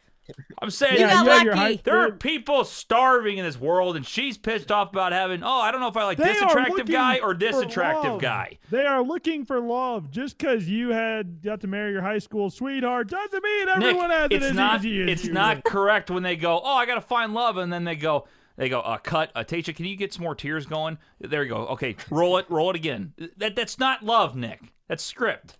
[SPEAKER 2] I'm saying
[SPEAKER 1] You
[SPEAKER 2] it's
[SPEAKER 1] got
[SPEAKER 4] you have your
[SPEAKER 1] lucky.
[SPEAKER 4] high-
[SPEAKER 2] There are people starving in this world, and she's pissed off about having. Oh, I don't know if I like
[SPEAKER 4] They
[SPEAKER 2] this
[SPEAKER 4] are
[SPEAKER 2] attractive
[SPEAKER 4] looking
[SPEAKER 2] guy or this
[SPEAKER 4] for
[SPEAKER 2] attractive
[SPEAKER 4] love.
[SPEAKER 2] guy.
[SPEAKER 4] They are looking for love. Just because you had got to marry your high school sweetheart doesn't mean everyone
[SPEAKER 2] Nick,
[SPEAKER 4] has it
[SPEAKER 2] it's
[SPEAKER 4] as
[SPEAKER 2] not.
[SPEAKER 4] easy as
[SPEAKER 2] it's
[SPEAKER 4] you.
[SPEAKER 2] not correct when they go. Oh, I gotta find love, and then they go. They go. Uh, cut. Uh, Tasha, can you get some more tears going? There you go. Okay, roll it. Roll it again. That that's not love, Nick. That's script.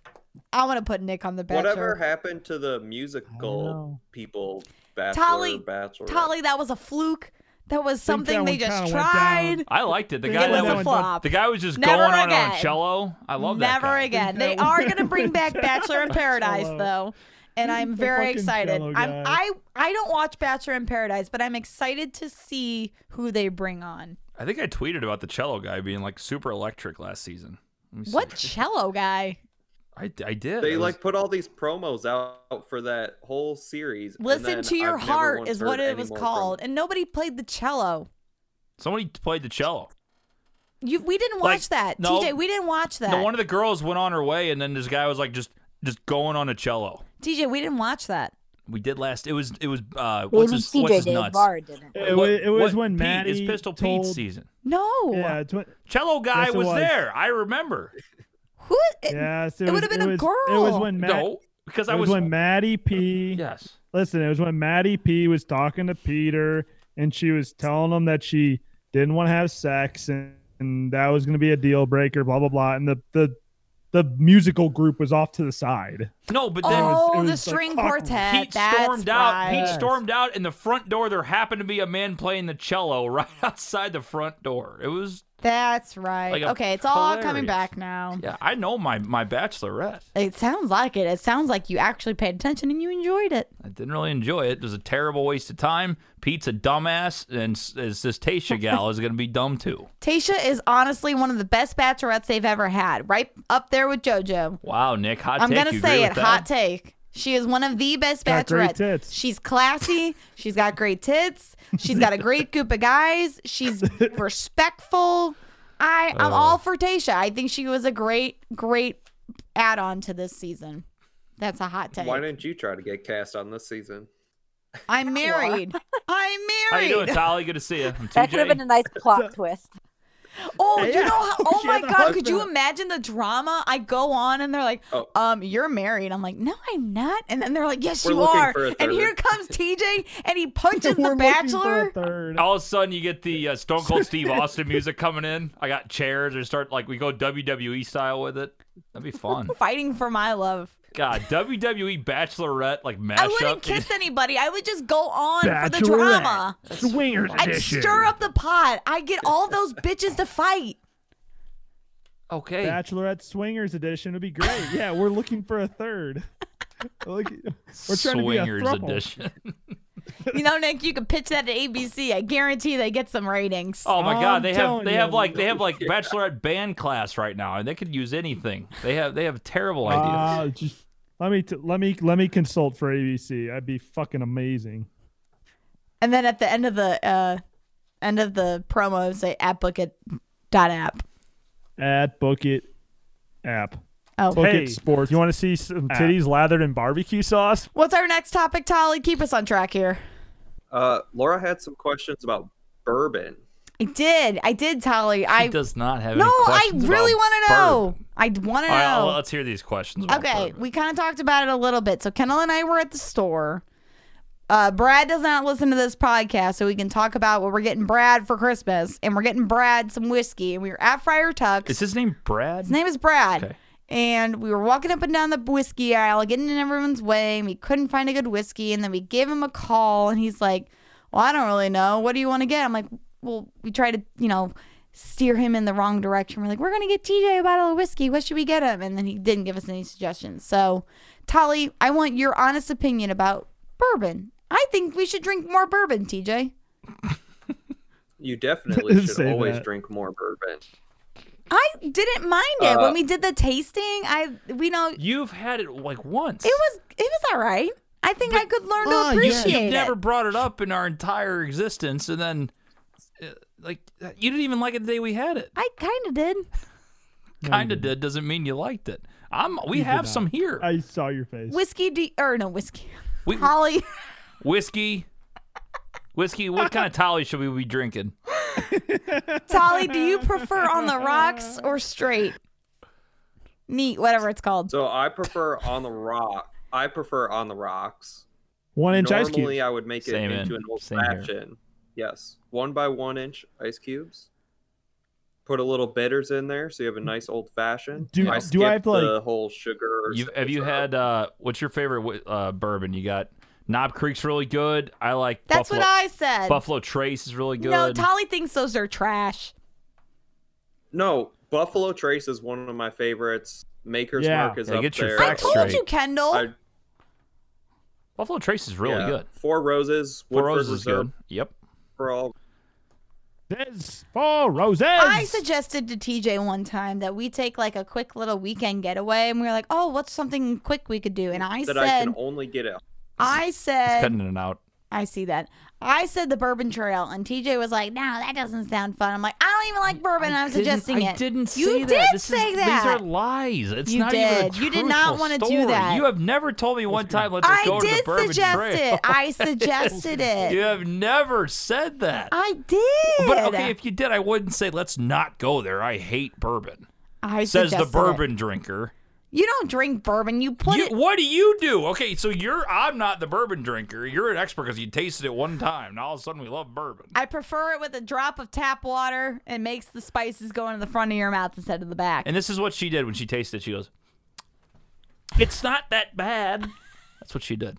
[SPEAKER 1] I want to put Nick on the bachelor.
[SPEAKER 5] Whatever happened to the musical
[SPEAKER 4] know.
[SPEAKER 5] people? Bachelor,
[SPEAKER 1] Tolly,
[SPEAKER 5] bachelor.
[SPEAKER 1] Tolly, that was a fluke. That was something
[SPEAKER 4] that
[SPEAKER 1] they
[SPEAKER 4] one
[SPEAKER 1] just
[SPEAKER 4] kinda went down.
[SPEAKER 1] tried.
[SPEAKER 2] I liked it. The
[SPEAKER 4] It
[SPEAKER 2] guy
[SPEAKER 1] It
[SPEAKER 4] Yeah,
[SPEAKER 1] was
[SPEAKER 2] that
[SPEAKER 4] that
[SPEAKER 1] a
[SPEAKER 4] one-
[SPEAKER 2] was
[SPEAKER 1] flop.
[SPEAKER 2] the guy was just
[SPEAKER 1] Never
[SPEAKER 2] going on
[SPEAKER 1] again.
[SPEAKER 2] on cello. I love that.
[SPEAKER 1] Never
[SPEAKER 2] guy.
[SPEAKER 1] again.
[SPEAKER 4] That
[SPEAKER 1] They
[SPEAKER 4] one
[SPEAKER 1] are
[SPEAKER 4] went
[SPEAKER 1] gonna bring back
[SPEAKER 4] down.
[SPEAKER 1] Bachelor in Paradise
[SPEAKER 4] Cello.
[SPEAKER 1] though, and I'm
[SPEAKER 4] The
[SPEAKER 1] very
[SPEAKER 4] fucking
[SPEAKER 1] excited.
[SPEAKER 4] cello
[SPEAKER 1] I'm,
[SPEAKER 4] guy.
[SPEAKER 1] I I don't watch Bachelor in Paradise, but I'm excited to see who they bring on.
[SPEAKER 2] I think I tweeted about the cello guy being like super electric last season. Let me see.
[SPEAKER 1] What cello guy?
[SPEAKER 2] I, I did.
[SPEAKER 5] They
[SPEAKER 2] I was-
[SPEAKER 5] like put all these promos out for that whole series. and
[SPEAKER 1] Listen
[SPEAKER 5] then
[SPEAKER 1] to your
[SPEAKER 5] I've never
[SPEAKER 1] heart
[SPEAKER 5] once
[SPEAKER 1] is what
[SPEAKER 5] heard
[SPEAKER 1] it was
[SPEAKER 5] anymore from
[SPEAKER 1] called, and nobody played the cello.
[SPEAKER 2] somebody played the cello.
[SPEAKER 1] You, we didn't
[SPEAKER 2] Like,
[SPEAKER 1] watch that,
[SPEAKER 2] no.
[SPEAKER 1] TJ. We didn't watch that,
[SPEAKER 2] No, one of the girls went on her way, and then this guy was like just just going on a cello.
[SPEAKER 1] TJ. We didn't watch that.
[SPEAKER 2] We did last. It was it was uh
[SPEAKER 3] Maybe
[SPEAKER 2] what's his,
[SPEAKER 3] TJ
[SPEAKER 2] what's his
[SPEAKER 3] did.
[SPEAKER 2] nuts?
[SPEAKER 3] Var didn't.
[SPEAKER 2] What-
[SPEAKER 4] It, was, it was
[SPEAKER 2] what
[SPEAKER 4] when
[SPEAKER 2] Pete,
[SPEAKER 4] Maddie
[SPEAKER 2] it's Pistol
[SPEAKER 4] told,
[SPEAKER 2] Pete's season.
[SPEAKER 1] No.
[SPEAKER 4] Yeah, it's when-
[SPEAKER 2] Cello guy
[SPEAKER 4] Yes, it
[SPEAKER 2] was,
[SPEAKER 4] was.
[SPEAKER 2] there. I remember.
[SPEAKER 1] Who? It,
[SPEAKER 4] yes,
[SPEAKER 1] it
[SPEAKER 4] was-
[SPEAKER 1] would've been a
[SPEAKER 4] was- It was
[SPEAKER 1] girl.
[SPEAKER 4] when Matt,
[SPEAKER 2] no, because
[SPEAKER 4] it
[SPEAKER 2] I
[SPEAKER 4] was,
[SPEAKER 2] was.
[SPEAKER 4] when Maddie P.
[SPEAKER 2] yes.
[SPEAKER 4] Listen, it was when Maddie P was talking to Peter and she was telling him that she didn't want to have sex and, and that was going to be a deal breaker, blah, blah, blah. And the, the, the musical group was off to the side.
[SPEAKER 1] <laughs>
[SPEAKER 2] No, but then
[SPEAKER 1] Oh,
[SPEAKER 4] it was
[SPEAKER 1] the
[SPEAKER 4] like,
[SPEAKER 1] string
[SPEAKER 4] fuck,
[SPEAKER 1] quartet.
[SPEAKER 2] Pete
[SPEAKER 1] That's
[SPEAKER 2] stormed out.
[SPEAKER 1] right.
[SPEAKER 2] Pete stormed out, and the front door there happened to be a man playing the cello <laughs> right outside the front door. It was
[SPEAKER 1] That's right.
[SPEAKER 2] Like a-
[SPEAKER 1] okay, it's all coming
[SPEAKER 2] hilarious.
[SPEAKER 1] back now.
[SPEAKER 2] yeah. I know my my bachelorette.
[SPEAKER 1] It sounds like it. It sounds like you actually paid attention and you enjoyed it.
[SPEAKER 2] I didn't really enjoy it. It was a terrible waste of time. Pete's a dumbass, and s- is this Tasha gal is gonna be dumb too.
[SPEAKER 1] Tasha is honestly one of the best bachelorettes they've ever had, right up there with JoJo.
[SPEAKER 2] Wow, Nick, hot
[SPEAKER 1] I'm
[SPEAKER 2] take.
[SPEAKER 1] gonna
[SPEAKER 2] You
[SPEAKER 1] say
[SPEAKER 2] agree
[SPEAKER 1] it,
[SPEAKER 2] with that?
[SPEAKER 1] hot take. She is one of the best
[SPEAKER 4] Got great
[SPEAKER 1] bachelorettes.
[SPEAKER 4] tits.
[SPEAKER 1] She's classy. She's got great tits. She's got a
[SPEAKER 4] <laughs>
[SPEAKER 1] great group of guys. She's respectful. I
[SPEAKER 2] Oh.
[SPEAKER 1] I'm all for Tasha. I think she was a great great add on to this season. That's a hot take.
[SPEAKER 5] Why didn't you try to get cast on this season?
[SPEAKER 1] I'm married. I'm
[SPEAKER 2] <laughs> How
[SPEAKER 1] married.
[SPEAKER 2] you doing, Tolly? Good to see you.
[SPEAKER 1] <laughs>
[SPEAKER 2] I'm
[SPEAKER 3] That could have been a
[SPEAKER 2] TJ.
[SPEAKER 4] <laughs>
[SPEAKER 3] nice plot twist.
[SPEAKER 1] Oh, you
[SPEAKER 4] Yeah.
[SPEAKER 1] know,
[SPEAKER 4] <laughs>
[SPEAKER 1] how, oh
[SPEAKER 4] She
[SPEAKER 1] my
[SPEAKER 4] had a
[SPEAKER 1] God, could you
[SPEAKER 4] husband.
[SPEAKER 1] imagine the drama? I go on and they're like,
[SPEAKER 5] Oh.
[SPEAKER 1] um, you're married. I'm like, no, I'm not. And then they're like, yes,
[SPEAKER 5] We're
[SPEAKER 1] you
[SPEAKER 5] looking
[SPEAKER 1] are.
[SPEAKER 5] for a
[SPEAKER 1] And here
[SPEAKER 5] third. <laughs>
[SPEAKER 1] comes TJ and he punches
[SPEAKER 4] <laughs>
[SPEAKER 1] the
[SPEAKER 4] We're looking
[SPEAKER 1] bachelor.
[SPEAKER 4] For a third.
[SPEAKER 2] All of a sudden, you get the uh, Stone Cold Steve Austin music coming in. I got chairs. Or start like we go WWE style with it. That'd be fun.
[SPEAKER 1] Fighting for my love.
[SPEAKER 2] God, WWE Bachelorette like mashup.
[SPEAKER 1] I wouldn't kiss anybody. I would just go on for the
[SPEAKER 4] Bachelorette.
[SPEAKER 1] drama.
[SPEAKER 4] Swingers
[SPEAKER 1] I'd
[SPEAKER 4] edition.
[SPEAKER 1] stir up the pot. I'd get all those bitches to fight.
[SPEAKER 2] Okay.
[SPEAKER 4] Bachelorette Swingers Edition would be great. Yeah, we're looking for a third. <laughs> Look- we're trying to be a
[SPEAKER 2] Swingers
[SPEAKER 4] throuple.
[SPEAKER 2] edition. <laughs>
[SPEAKER 1] You know, Nick, you could pitch that to ABC. I guarantee they get some ratings.
[SPEAKER 2] Oh my
[SPEAKER 4] I'm
[SPEAKER 2] God, they have
[SPEAKER 4] telling
[SPEAKER 2] they
[SPEAKER 4] you.
[SPEAKER 2] have like they have like Bachelorette band class right now, and they could use anything. They have they have terrible ideas.
[SPEAKER 4] Ah, just- let me t- let me let me consult for ABC. I'd be fucking amazing.
[SPEAKER 1] And then at the end of the uh, end of the promo, it'd say at book it dot app.
[SPEAKER 4] At Book It app.
[SPEAKER 1] Oh,
[SPEAKER 4] Book
[SPEAKER 6] Hey,
[SPEAKER 4] It Sports.
[SPEAKER 6] You want to see some titties lathered in barbecue sauce?
[SPEAKER 1] What's our next topic, Tolly? Keep us on track here.
[SPEAKER 5] Uh, Laura had some questions about bourbon.
[SPEAKER 1] I did. I did, Tolly. I
[SPEAKER 2] He does not have
[SPEAKER 1] No,
[SPEAKER 2] any
[SPEAKER 1] I
[SPEAKER 2] questions
[SPEAKER 1] really
[SPEAKER 2] about
[SPEAKER 1] want to know.
[SPEAKER 2] bourbon.
[SPEAKER 1] I want to
[SPEAKER 2] All right, I'll-
[SPEAKER 1] know.
[SPEAKER 2] let's hear these questions. about
[SPEAKER 1] Okay,
[SPEAKER 2] bourbon.
[SPEAKER 1] we kind of talked about it a little bit. So Kendall and I were at the store. Uh, Brad does not listen to this podcast, so we can talk about what we're getting Brad for Christmas, and we're getting Brad some whiskey. And we were at Friar Tuck's.
[SPEAKER 2] Is his name Brad?
[SPEAKER 1] His name is Brad.
[SPEAKER 2] Okay.
[SPEAKER 1] And we were walking up and down the whiskey aisle, getting in everyone's way, and we couldn't find a good whiskey. And then we gave him a call, and he's like, Well, I don't really know. What do you want to get? I'm like, Well, we tried to, you know, steer him in the wrong direction. We're like, We're going to get TJ a bottle of whiskey. What should we get him? And then he didn't give us any suggestions. So, Tolly, I want your honest opinion about bourbon. I think we should drink more bourbon, TJ.
[SPEAKER 4] <laughs>
[SPEAKER 5] You definitely should
[SPEAKER 4] Say
[SPEAKER 5] always
[SPEAKER 4] that.
[SPEAKER 5] drink more bourbon.
[SPEAKER 1] I didn't mind it
[SPEAKER 5] Uh,
[SPEAKER 1] when we did the tasting. I, we know,
[SPEAKER 2] You've had it like once.
[SPEAKER 1] It was it was all right. I think I could learn to
[SPEAKER 4] Ma, you- you've
[SPEAKER 1] appreciate it.
[SPEAKER 2] You've never brought it up in our entire existence, and then uh, like you didn't even like it the day we had it.
[SPEAKER 1] I kind of did.
[SPEAKER 2] Kind of did. Doesn't mean you liked it. I'm. We have some here.
[SPEAKER 4] I saw your face.
[SPEAKER 1] Whiskey, de- or no whiskey,
[SPEAKER 2] We-
[SPEAKER 1] Holly.
[SPEAKER 2] Whiskey. Whiskey, what kind of tally should we be drinking?
[SPEAKER 1] Tolly, do you prefer on the rocks or straight? Neat, whatever it's called.
[SPEAKER 5] So I prefer on the rock. I prefer on the rocks.
[SPEAKER 4] One inch ice
[SPEAKER 5] Normally,
[SPEAKER 2] uh,
[SPEAKER 4] cube.
[SPEAKER 5] I would make it
[SPEAKER 2] Same
[SPEAKER 5] into
[SPEAKER 2] in-
[SPEAKER 5] an old
[SPEAKER 2] same here.
[SPEAKER 5] fashioned. Yes, one by one inch ice cubes. Put a little bitters in there, so you have a nice old fashioned.
[SPEAKER 4] Do- do I
[SPEAKER 5] I skipped
[SPEAKER 4] have, like-
[SPEAKER 5] the whole sugar? or
[SPEAKER 2] You, have you
[SPEAKER 5] syrup.
[SPEAKER 2] had uh, what's your favorite wi- uh, bourbon? You got Knob Creek's really good. I like
[SPEAKER 1] That's
[SPEAKER 2] Buffalo,
[SPEAKER 1] what I said.
[SPEAKER 2] Buffalo Trace is really good.
[SPEAKER 1] No, Tolly thinks those are trash.
[SPEAKER 5] No, Buffalo Trace is one of my favorites. Maker's
[SPEAKER 4] Yeah.
[SPEAKER 5] Mark is
[SPEAKER 2] Yeah,
[SPEAKER 5] up
[SPEAKER 2] get your
[SPEAKER 5] there.
[SPEAKER 1] I
[SPEAKER 2] Facts
[SPEAKER 1] told
[SPEAKER 2] straight.
[SPEAKER 1] you, Kendall.
[SPEAKER 5] I-
[SPEAKER 2] Buffalo Trace is really
[SPEAKER 5] yeah.
[SPEAKER 2] good.
[SPEAKER 5] Four Roses,
[SPEAKER 2] Four
[SPEAKER 5] Woodford
[SPEAKER 2] Roses is
[SPEAKER 5] Reserve
[SPEAKER 2] good. Yep.
[SPEAKER 5] for all.
[SPEAKER 4] This for roses.
[SPEAKER 1] I
[SPEAKER 4] <laughs>
[SPEAKER 1] suggested to TJ one time that we take like a quick little weekend getaway, and we were like, "Oh, what's something quick we could do?" And I said,
[SPEAKER 5] that I can only get at
[SPEAKER 1] "I said,
[SPEAKER 2] Cutting it out.
[SPEAKER 1] I see that." I said the Bourbon Trail, and TJ was like, "No, that doesn't sound fun." I'm like, "I don't even like bourbon. and I'm
[SPEAKER 2] didn't-
[SPEAKER 1] suggesting
[SPEAKER 2] I
[SPEAKER 1] it."
[SPEAKER 2] didn't say
[SPEAKER 1] you
[SPEAKER 2] that.
[SPEAKER 1] did
[SPEAKER 2] This is-
[SPEAKER 1] say that.
[SPEAKER 2] These are lies. It's
[SPEAKER 1] You
[SPEAKER 2] not
[SPEAKER 1] did.
[SPEAKER 2] even a
[SPEAKER 1] You did not
[SPEAKER 2] truthful
[SPEAKER 1] wanna do
[SPEAKER 2] story.
[SPEAKER 1] that.
[SPEAKER 2] You have never told me one time. Let's
[SPEAKER 1] I
[SPEAKER 2] go to the
[SPEAKER 1] did
[SPEAKER 2] Bourbon
[SPEAKER 1] suggest
[SPEAKER 2] Trail.
[SPEAKER 1] it. <laughs>
[SPEAKER 2] <laughs>
[SPEAKER 1] I suggested it.
[SPEAKER 2] You have never said that.
[SPEAKER 1] I did.
[SPEAKER 2] But okay, if you did, I wouldn't say let's not go there. I hate bourbon.
[SPEAKER 1] I
[SPEAKER 2] Says the
[SPEAKER 1] suggested
[SPEAKER 2] bourbon
[SPEAKER 1] It.
[SPEAKER 2] drinker.
[SPEAKER 1] You don't drink bourbon. You put
[SPEAKER 2] You,
[SPEAKER 1] it.
[SPEAKER 2] what do you do? Okay, so you're I'm not the bourbon drinker. You're an expert because you tasted it one time, and all of a sudden we love bourbon.
[SPEAKER 1] I prefer it with a drop of tap water. It makes the spices go into the front of your mouth instead of the back.
[SPEAKER 2] And this is what she did when she tasted it. She goes, "It's not that bad." That's what she did.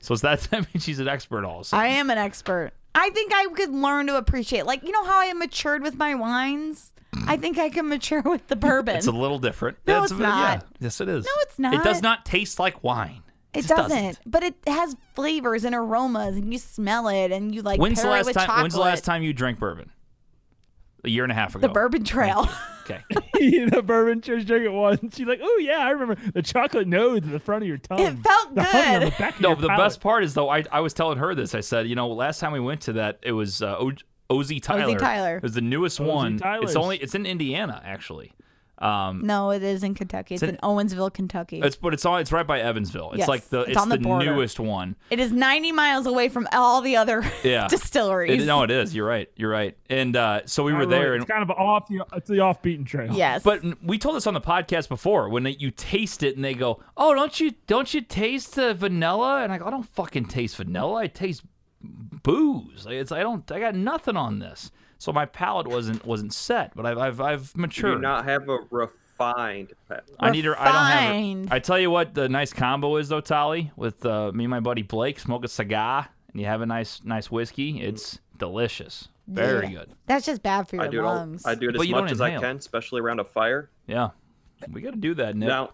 [SPEAKER 2] So is that <laughs> I mean she's an expert also.
[SPEAKER 1] I am an expert. I think I could learn to appreciate. Like, you know how I matured with my wines? I think I can mature with the bourbon.
[SPEAKER 2] <laughs> It's a little different.
[SPEAKER 1] No,
[SPEAKER 2] That's-
[SPEAKER 1] it's
[SPEAKER 2] yeah.
[SPEAKER 1] not.
[SPEAKER 2] Yes, it is. No,
[SPEAKER 1] it's
[SPEAKER 2] It does
[SPEAKER 1] not.
[SPEAKER 2] not taste like wine.
[SPEAKER 1] it
[SPEAKER 2] just
[SPEAKER 1] doesn't, but it has flavors and aromas, and you smell it, and you like
[SPEAKER 2] when's the
[SPEAKER 1] pair it
[SPEAKER 2] last
[SPEAKER 1] with
[SPEAKER 2] time?
[SPEAKER 1] chocolate.
[SPEAKER 2] When's the last time you drank bourbon? A year and a half ago.
[SPEAKER 1] The Bourbon Trail.
[SPEAKER 2] Okay.
[SPEAKER 4] the bourbon church drink it once. She's like, oh yeah, I remember the chocolate nose at the front of your tongue.
[SPEAKER 1] It felt
[SPEAKER 4] the honey on
[SPEAKER 1] good.
[SPEAKER 4] the back of
[SPEAKER 2] no,
[SPEAKER 4] your
[SPEAKER 2] but the
[SPEAKER 4] palate.
[SPEAKER 2] best part is though. I, I was telling her this. I said, you know, last time we went to that, it was uh, o- Ozzy Tyler.
[SPEAKER 1] Tyler.
[SPEAKER 2] It was the newest one. It's
[SPEAKER 4] Tyler's.
[SPEAKER 2] only it's in Indiana actually. Um,
[SPEAKER 1] <laughs> no, it is in Kentucky. It's,
[SPEAKER 2] It's
[SPEAKER 1] in Owensville, Kentucky.
[SPEAKER 2] it's but it's on it's right by Evansville. It's
[SPEAKER 1] Yes,
[SPEAKER 2] like the
[SPEAKER 1] it's
[SPEAKER 2] it's,
[SPEAKER 1] on the border.
[SPEAKER 2] newest one.
[SPEAKER 1] It is 90 miles away from all the other
[SPEAKER 2] Yeah.
[SPEAKER 1] <laughs> distilleries.
[SPEAKER 2] It- no, it is. You're right. You're right. And uh, so we
[SPEAKER 4] Not
[SPEAKER 2] were
[SPEAKER 4] really.
[SPEAKER 2] there,
[SPEAKER 4] It's
[SPEAKER 2] and
[SPEAKER 4] kind of off the it's the off beaten trail.
[SPEAKER 1] yes.
[SPEAKER 2] But n- we told this on the podcast before when they, you taste it and they go, "Oh, don't you don't you taste the vanilla?" And I go, "I don't fucking taste vanilla. I taste booze. Like, It's I don't I got nothing on this." So my palate wasn't wasn't set, but I've I've, I've
[SPEAKER 5] You
[SPEAKER 2] matured.
[SPEAKER 5] do not have a refined pet.
[SPEAKER 2] I need her. I don't have.
[SPEAKER 1] Refined.
[SPEAKER 2] Her. I tell you what, the nice combo is though, Tolly, with uh, me and my buddy Blake smoke a cigar and you have a nice nice whiskey. It's delicious. Very
[SPEAKER 1] Yeah.
[SPEAKER 2] good.
[SPEAKER 1] That's just bad for your
[SPEAKER 5] I do it. All,
[SPEAKER 1] lungs.
[SPEAKER 5] I do it
[SPEAKER 2] But
[SPEAKER 5] as
[SPEAKER 2] you don't
[SPEAKER 5] much as I
[SPEAKER 2] inhale.
[SPEAKER 5] can, especially around a fire.
[SPEAKER 2] Yeah, we got to do that, Nick.
[SPEAKER 5] Now,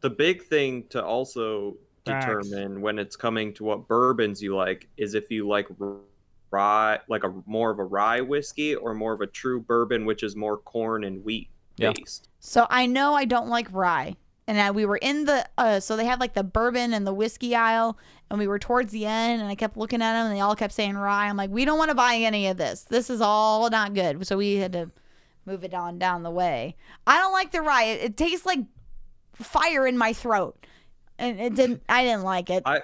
[SPEAKER 5] the big thing to also
[SPEAKER 4] Facts.
[SPEAKER 5] determine when it's coming to what bourbons you like is if you like r- rye, like a more of a rye whiskey, or more of a true bourbon, which is more corn and wheat
[SPEAKER 2] Yeah.
[SPEAKER 5] based.
[SPEAKER 1] So I know I don't like rye. And I, we were in the, uh, so they had like the bourbon and the whiskey aisle. And we were towards the end. And I kept looking at them and they all kept saying rye. I'm like, we don't want to buy any of this. This is all not good. So we had to move it on down the way. I don't like the rye. It, it tastes like fire in my throat. And it didn't, I didn't like it.
[SPEAKER 5] I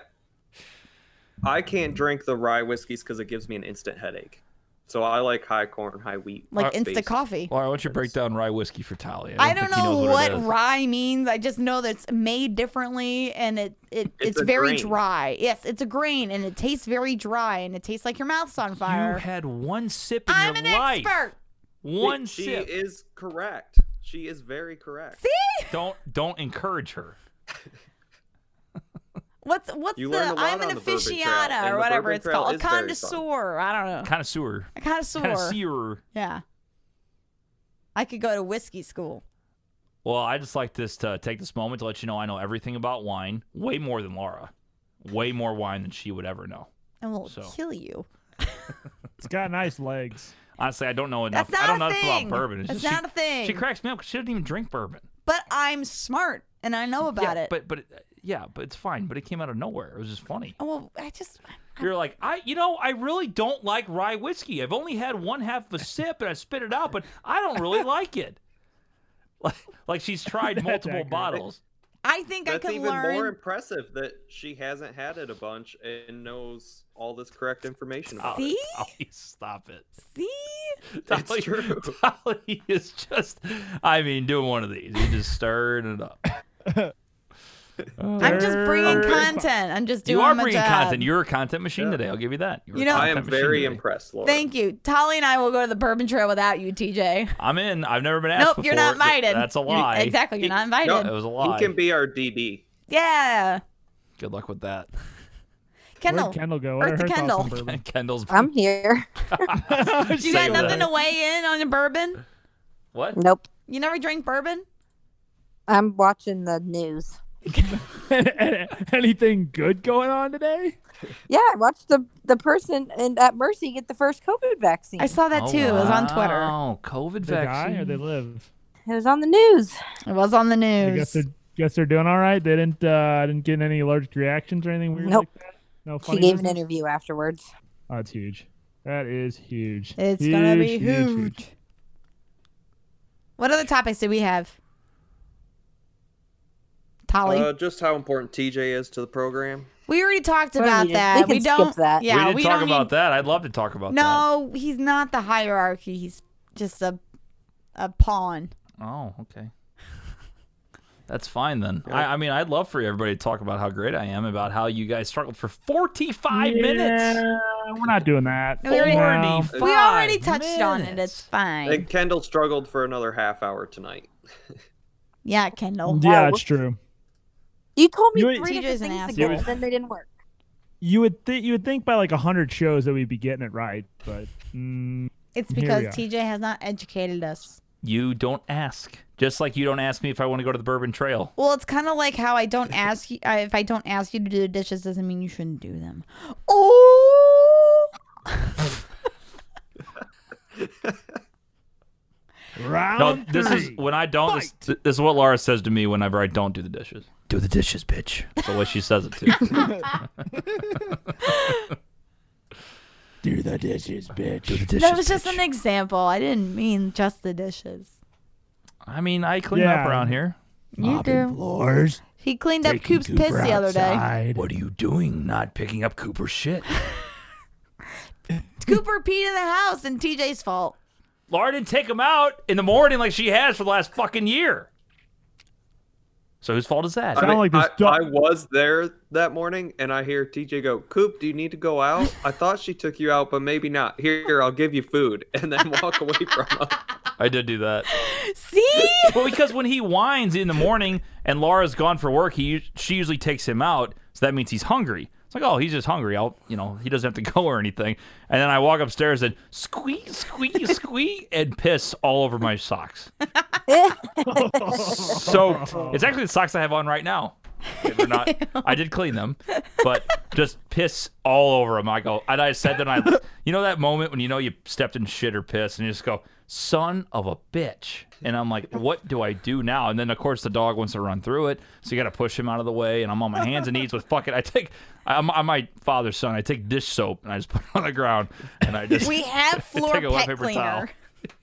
[SPEAKER 5] I can't drink the rye whiskeys because it gives me an instant headache. So I like high corn, high wheat,
[SPEAKER 1] like
[SPEAKER 5] based.
[SPEAKER 1] instant coffee.
[SPEAKER 2] Laura, why don't you break down rye whiskey for Tolly?
[SPEAKER 1] I don't
[SPEAKER 2] think he
[SPEAKER 1] know
[SPEAKER 2] knows
[SPEAKER 1] what,
[SPEAKER 2] it is.
[SPEAKER 1] rye means. I just know that it's made differently and it, it
[SPEAKER 5] It's
[SPEAKER 1] it's,
[SPEAKER 5] a
[SPEAKER 1] very
[SPEAKER 5] grain.
[SPEAKER 1] dry. Yes, it's a grain and it tastes very dry and it tastes like your mouth's on
[SPEAKER 2] You
[SPEAKER 1] fire.
[SPEAKER 2] had one sip in
[SPEAKER 1] I'm
[SPEAKER 2] your
[SPEAKER 1] an
[SPEAKER 2] life.
[SPEAKER 1] expert.
[SPEAKER 2] One
[SPEAKER 5] she
[SPEAKER 2] sip.
[SPEAKER 5] is correct. She is very correct.
[SPEAKER 2] Don't don't encourage her.
[SPEAKER 1] What's what's
[SPEAKER 5] You
[SPEAKER 1] the
[SPEAKER 5] learned a lot
[SPEAKER 1] I'm an
[SPEAKER 5] on the Bourbon Trail,
[SPEAKER 1] aficionado
[SPEAKER 5] and
[SPEAKER 1] or
[SPEAKER 5] the
[SPEAKER 1] whatever
[SPEAKER 5] Bourbon
[SPEAKER 1] it's
[SPEAKER 5] Trail
[SPEAKER 1] called. A
[SPEAKER 5] is very fun.
[SPEAKER 1] connoisseur. I don't know.
[SPEAKER 2] Connoisseur.
[SPEAKER 1] A connoisseur.
[SPEAKER 2] Connoisseur.
[SPEAKER 1] Yeah. I could go to whiskey school.
[SPEAKER 2] Well, I just like this to take this moment to let you know I know everything about wine, way more than Laura, way more wine than she would ever know.
[SPEAKER 1] And we'll
[SPEAKER 2] So.
[SPEAKER 1] kill you.
[SPEAKER 4] It's got nice legs.
[SPEAKER 2] Honestly, I don't know enough.
[SPEAKER 1] That's not
[SPEAKER 2] I don't
[SPEAKER 1] a
[SPEAKER 2] know enough
[SPEAKER 1] thing.
[SPEAKER 2] about bourbon. It's
[SPEAKER 1] That's
[SPEAKER 2] just she-
[SPEAKER 1] not a thing.
[SPEAKER 2] She cracks me up because she doesn't even drink bourbon.
[SPEAKER 1] But I'm smart and I know about
[SPEAKER 2] yeah,
[SPEAKER 1] it.
[SPEAKER 2] But but it- yeah, but it's fine. But it came out of nowhere. It was just funny.
[SPEAKER 1] oh, well, I just
[SPEAKER 2] You're like, I, you know, I really don't like rye whiskey. I've only had one half of a sip and I spit it out, but I
[SPEAKER 1] <laughs>
[SPEAKER 2] don't really like it. Like, like she's tried multiple
[SPEAKER 4] accurate.
[SPEAKER 2] bottles.
[SPEAKER 1] I think
[SPEAKER 5] That's
[SPEAKER 1] I could
[SPEAKER 5] even
[SPEAKER 1] learn
[SPEAKER 5] more impressive that she hasn't had it a bunch and knows all this correct information about
[SPEAKER 1] See?
[SPEAKER 5] it.
[SPEAKER 2] Oh, stop it.
[SPEAKER 1] see
[SPEAKER 2] <laughs>
[SPEAKER 5] That's
[SPEAKER 2] Dolly-
[SPEAKER 5] true.
[SPEAKER 2] Dolly is just, I mean, doing one of these. You just stirring it up.
[SPEAKER 1] <laughs> I'm just bringing
[SPEAKER 4] Third-
[SPEAKER 1] content. I'm just doing
[SPEAKER 2] you are
[SPEAKER 1] my
[SPEAKER 2] bringing
[SPEAKER 1] job.
[SPEAKER 2] content. You're a content machine
[SPEAKER 5] Yeah.
[SPEAKER 2] today. I'll give you that. You're
[SPEAKER 1] You
[SPEAKER 2] a
[SPEAKER 1] know-
[SPEAKER 5] I
[SPEAKER 2] content
[SPEAKER 5] am
[SPEAKER 2] machine
[SPEAKER 5] very
[SPEAKER 2] today.
[SPEAKER 5] impressed, Laura.
[SPEAKER 1] Thank you. Tolly and I will go to the Bourbon Trail without you, TJ.
[SPEAKER 2] I'm in. I've never been asked
[SPEAKER 1] nope,
[SPEAKER 2] before.
[SPEAKER 1] you're not
[SPEAKER 2] Th-
[SPEAKER 1] invited.
[SPEAKER 2] That's a
[SPEAKER 1] You-
[SPEAKER 2] lie.
[SPEAKER 1] exactly, you're not invited.
[SPEAKER 5] No.
[SPEAKER 2] It was a
[SPEAKER 5] He
[SPEAKER 2] lie.
[SPEAKER 5] can be our DD.
[SPEAKER 1] Yeah.
[SPEAKER 2] Good luck with
[SPEAKER 5] <laughs>
[SPEAKER 2] that.
[SPEAKER 1] Kendall,
[SPEAKER 4] Where'd Kendall go?
[SPEAKER 1] Earth
[SPEAKER 4] I
[SPEAKER 1] to
[SPEAKER 4] heard about
[SPEAKER 1] Kendall.
[SPEAKER 4] some bourbon.
[SPEAKER 2] Kendall's. <laughs>
[SPEAKER 8] I'm here.
[SPEAKER 1] you got nothing to weigh in on your bourbon?
[SPEAKER 2] What?
[SPEAKER 8] Nope.
[SPEAKER 1] You never drink bourbon?
[SPEAKER 8] I'm watching the news.
[SPEAKER 4] <laughs> Anything good going on today?
[SPEAKER 3] Yeah, I watched the the person in at Mercy get the first COVID vaccine.
[SPEAKER 1] I saw that too. It was on Twitter.
[SPEAKER 2] Oh, COVID
[SPEAKER 4] They die or
[SPEAKER 2] vaccine.
[SPEAKER 4] they live?
[SPEAKER 3] It was on the news.
[SPEAKER 1] It was on the
[SPEAKER 4] I guess
[SPEAKER 1] news.
[SPEAKER 4] they're guess they're doing all right. They didn't uh, didn't get any allergic reactions or anything weird
[SPEAKER 3] Nope.
[SPEAKER 4] like that. No
[SPEAKER 3] She
[SPEAKER 4] funny
[SPEAKER 3] gave an
[SPEAKER 4] business?
[SPEAKER 3] interview afterwards.
[SPEAKER 4] Oh, it's huge. That is huge.
[SPEAKER 1] It's gonna be
[SPEAKER 4] huge,
[SPEAKER 1] huge. What other topics do we have? Tolly,
[SPEAKER 5] Uh, just how important TJ is to the program.
[SPEAKER 1] we already talked
[SPEAKER 3] we
[SPEAKER 1] about
[SPEAKER 3] need to-
[SPEAKER 1] that.
[SPEAKER 3] we can skip
[SPEAKER 1] don't.
[SPEAKER 3] that. We
[SPEAKER 1] Yeah,
[SPEAKER 2] we didn't talk
[SPEAKER 1] don't
[SPEAKER 2] about
[SPEAKER 1] need-
[SPEAKER 2] that. I'd love to talk about
[SPEAKER 1] No, he's not the hierarchy. He's just a a pawn.
[SPEAKER 2] that. Oh, okay. That's fine then. I, I mean, I'd love for everybody to talk about how great I am, about how you guys struggled for 45
[SPEAKER 4] Yeah,
[SPEAKER 2] minutes.
[SPEAKER 4] We're not doing that.
[SPEAKER 1] We already-
[SPEAKER 4] No.
[SPEAKER 1] We already touched on it. It's
[SPEAKER 2] minutes.
[SPEAKER 1] fine.
[SPEAKER 5] And Kendall struggled for another half hour tonight.
[SPEAKER 1] Yeah, Kendall.
[SPEAKER 4] Yeah, it's true.
[SPEAKER 3] You told me
[SPEAKER 4] You-
[SPEAKER 3] three
[SPEAKER 1] TJ's
[SPEAKER 3] different
[SPEAKER 1] an
[SPEAKER 3] things to
[SPEAKER 1] asshole.
[SPEAKER 3] get, and then they didn't work.
[SPEAKER 4] You would think you would think by like hundred shows that we'd be getting it right, but mm,
[SPEAKER 1] It's
[SPEAKER 4] Here we
[SPEAKER 1] because
[SPEAKER 4] are.
[SPEAKER 1] TJ has not educated us.
[SPEAKER 2] You don't ask. Just like you don't ask me if I want to go to the Bourbon Trail.
[SPEAKER 1] Well, it's kind of like how I don't ask you I- if I don't ask you to do the dishes doesn't mean you shouldn't do them. Oh,
[SPEAKER 2] No,
[SPEAKER 4] round
[SPEAKER 2] this is
[SPEAKER 4] three.
[SPEAKER 2] when I don't. This, this is what Laura says to me whenever I don't do the dishes. Do the dishes, bitch. That's the way she says it to.
[SPEAKER 6] Do the dishes, bitch.
[SPEAKER 2] the dishes.
[SPEAKER 1] that was just an example. I didn't mean just the dishes.
[SPEAKER 2] I mean, I clean up
[SPEAKER 4] Yeah.
[SPEAKER 2] around here.
[SPEAKER 1] You do.
[SPEAKER 6] Floors.
[SPEAKER 1] He cleaned up Coop's piss the other day.
[SPEAKER 2] What are you doing? Not picking up Cooper's shit?
[SPEAKER 1] Cooper peed in the house, and TJ's fault.
[SPEAKER 2] Laura didn't take him out in the morning like she has for the last fucking year. So whose fault is that?
[SPEAKER 5] I,
[SPEAKER 4] Sound like this
[SPEAKER 5] I,
[SPEAKER 4] dog-
[SPEAKER 5] I was there that morning and I hear TJ go, Coop, do you need to go out? I thought she took you out, but maybe not. Here, I'll give you food. And then walk away
[SPEAKER 1] <laughs>
[SPEAKER 5] from us.
[SPEAKER 2] I did do that.
[SPEAKER 1] See?
[SPEAKER 2] well, because when he whines in the morning and Laura's gone for work, he she usually takes him out, so that means he's hungry. It's like, oh, he's just hungry. I'll, you know, he doesn't have to go or anything. And then I walk upstairs and squeak, squeak, squeak, and piss all over my socks, <laughs> soaked. It's actually the socks I have on right now. Believe it or not, I did clean them, but just piss all over them. I go, and I said that I, you know, that moment when you know you stepped in shit or piss, and you just go, son of a bitch. And I'm like, what do I do now? And then of course the dog wants to run through it, so you got to push him out of the way. And I'm on my hands and knees with fucking. I take, I'm, I'm my father's son. I take dish soap and I just put it on the ground, and I just
[SPEAKER 1] We have floor
[SPEAKER 2] <laughs> Take a wet
[SPEAKER 1] pet
[SPEAKER 2] paper
[SPEAKER 1] cleaner.
[SPEAKER 2] towel. <laughs>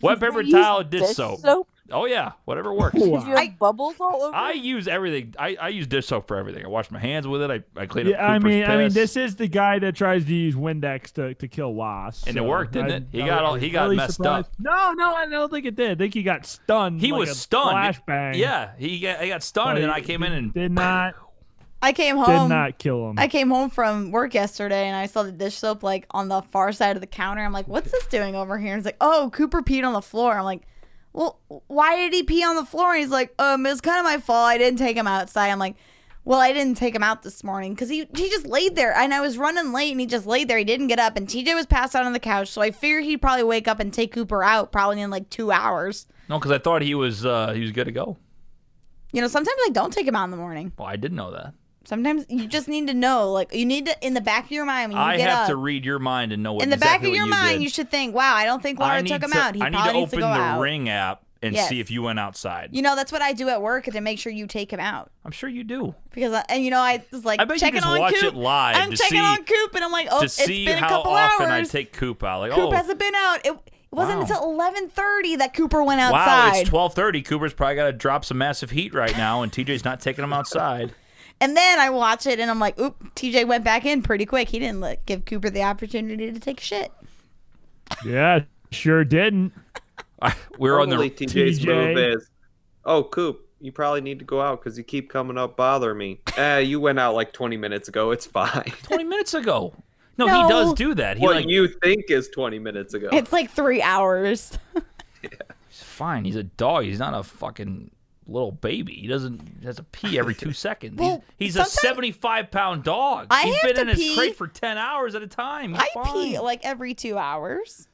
[SPEAKER 2] wet paper
[SPEAKER 3] They use
[SPEAKER 2] towel, dish,
[SPEAKER 3] dish
[SPEAKER 2] soap.
[SPEAKER 3] soap?
[SPEAKER 2] Oh yeah, whatever works.
[SPEAKER 3] Did you have
[SPEAKER 1] I-
[SPEAKER 3] bubbles all over?
[SPEAKER 2] I use everything. I, I use dish soap for everything. I wash my hands with it. I, I clean up.
[SPEAKER 4] Yeah, I
[SPEAKER 2] Cooper's
[SPEAKER 4] mean, I mean,
[SPEAKER 2] piss.
[SPEAKER 4] this is the guy that tries to use Windex to, to kill wasps,
[SPEAKER 2] And it
[SPEAKER 4] so
[SPEAKER 2] worked, didn't
[SPEAKER 4] I-
[SPEAKER 2] it? He
[SPEAKER 4] I
[SPEAKER 2] got all-
[SPEAKER 4] was
[SPEAKER 2] he got
[SPEAKER 4] really
[SPEAKER 2] messed
[SPEAKER 4] surprised.
[SPEAKER 2] up.
[SPEAKER 4] No, no, I don't think it did. I think he got stunned.
[SPEAKER 2] He
[SPEAKER 4] like
[SPEAKER 2] was
[SPEAKER 4] a
[SPEAKER 2] stunned.
[SPEAKER 4] Flashbang.
[SPEAKER 2] Yeah, he got, he got stunned, and then I came in and
[SPEAKER 4] did not
[SPEAKER 1] I came
[SPEAKER 4] did
[SPEAKER 1] home.
[SPEAKER 4] not kill him.
[SPEAKER 1] Um, I came home from work yesterday and I saw the dish soap like on the far side of the counter. I'm like, what's this doing over here? And it's like, oh, Cooper peed on the floor. I'm like, well, why did he pee on the floor? And he's like, um, it was kind of my fault. I didn't take him outside. I'm like, well, I didn't take him out this morning because he, he just laid there and I was running late and he just laid there. He didn't get up and TJ was passed out on the couch. So I figured he'd probably wake up and take Cooper out probably in like two hours.
[SPEAKER 2] no, because I thought he was uh, he was good to go.
[SPEAKER 1] You know, sometimes I don't take him out in the morning.
[SPEAKER 2] Well, I didn't know that.
[SPEAKER 1] Sometimes you just need to know, like, you need to, in the back of your mind, when you
[SPEAKER 2] I
[SPEAKER 1] get
[SPEAKER 2] have
[SPEAKER 1] up,
[SPEAKER 2] to read your mind and know what
[SPEAKER 1] in the back
[SPEAKER 2] exactly
[SPEAKER 1] of your
[SPEAKER 2] what you
[SPEAKER 1] mind,
[SPEAKER 2] did.
[SPEAKER 1] you should think, "Wow, I don't think
[SPEAKER 2] I
[SPEAKER 1] Laura
[SPEAKER 2] need
[SPEAKER 1] took him
[SPEAKER 2] to-
[SPEAKER 1] out. He
[SPEAKER 2] I need
[SPEAKER 1] probably
[SPEAKER 2] to
[SPEAKER 1] needs to
[SPEAKER 2] open
[SPEAKER 1] go
[SPEAKER 2] the
[SPEAKER 1] out."
[SPEAKER 2] Ring app and
[SPEAKER 1] Yes.
[SPEAKER 2] see if you <laughs> went outside.
[SPEAKER 1] You know, that's what I do at work to make sure you take him out
[SPEAKER 2] I'm sure you do.
[SPEAKER 1] because, I, and you know, I was like
[SPEAKER 2] I bet you
[SPEAKER 1] checking
[SPEAKER 2] just
[SPEAKER 1] on
[SPEAKER 2] watch
[SPEAKER 1] Coop.
[SPEAKER 2] it live
[SPEAKER 1] I'm
[SPEAKER 2] to
[SPEAKER 1] checking
[SPEAKER 2] see-
[SPEAKER 1] on Coop, and I'm like, "Oh,
[SPEAKER 2] to
[SPEAKER 1] it's
[SPEAKER 2] see
[SPEAKER 1] been a
[SPEAKER 2] how
[SPEAKER 1] couple
[SPEAKER 2] often
[SPEAKER 1] hours.
[SPEAKER 2] I take Coop out, like
[SPEAKER 1] Coop
[SPEAKER 2] oh,
[SPEAKER 1] hasn't been out. It, it wasn't
[SPEAKER 2] Wow.
[SPEAKER 1] until 11:30 that Cooper went
[SPEAKER 2] wow,
[SPEAKER 1] outside,
[SPEAKER 2] it's 12:30. Cooper's probably got to drop some massive heat right now, and TJ's not taking him outside.
[SPEAKER 1] and then I watch it, and I'm like, "Oop, TJ went back in pretty quick. He didn't let, give Cooper the opportunity to take a shit."
[SPEAKER 4] <laughs> yeah, sure didn't.
[SPEAKER 2] we were on the
[SPEAKER 5] Probably TJ's
[SPEAKER 4] TJ.
[SPEAKER 5] move is, oh, Coop, you probably need to go out because you keep coming up bothering <laughs> me. Eh, you went out like 20 minutes ago. It's fine.
[SPEAKER 2] 20 minutes ago. No,
[SPEAKER 1] No.
[SPEAKER 2] he does do that. He
[SPEAKER 5] <laughs> what
[SPEAKER 2] like
[SPEAKER 5] you think is 20 minutes ago.
[SPEAKER 2] Oh.
[SPEAKER 1] It's like three hours.
[SPEAKER 2] he's fine. He's a dog. He's not a fucking little baby. He doesn't has to pee every
[SPEAKER 5] <laughs>
[SPEAKER 2] two seconds.
[SPEAKER 1] Well,
[SPEAKER 2] he's he's a
[SPEAKER 1] sometimes-
[SPEAKER 2] 75 pound dog.
[SPEAKER 1] I
[SPEAKER 2] He's
[SPEAKER 1] have
[SPEAKER 2] been
[SPEAKER 1] to
[SPEAKER 2] in his
[SPEAKER 1] pee.
[SPEAKER 2] crate for 10 hours at a time. He's
[SPEAKER 1] I
[SPEAKER 2] fine.
[SPEAKER 1] pee like every two hours.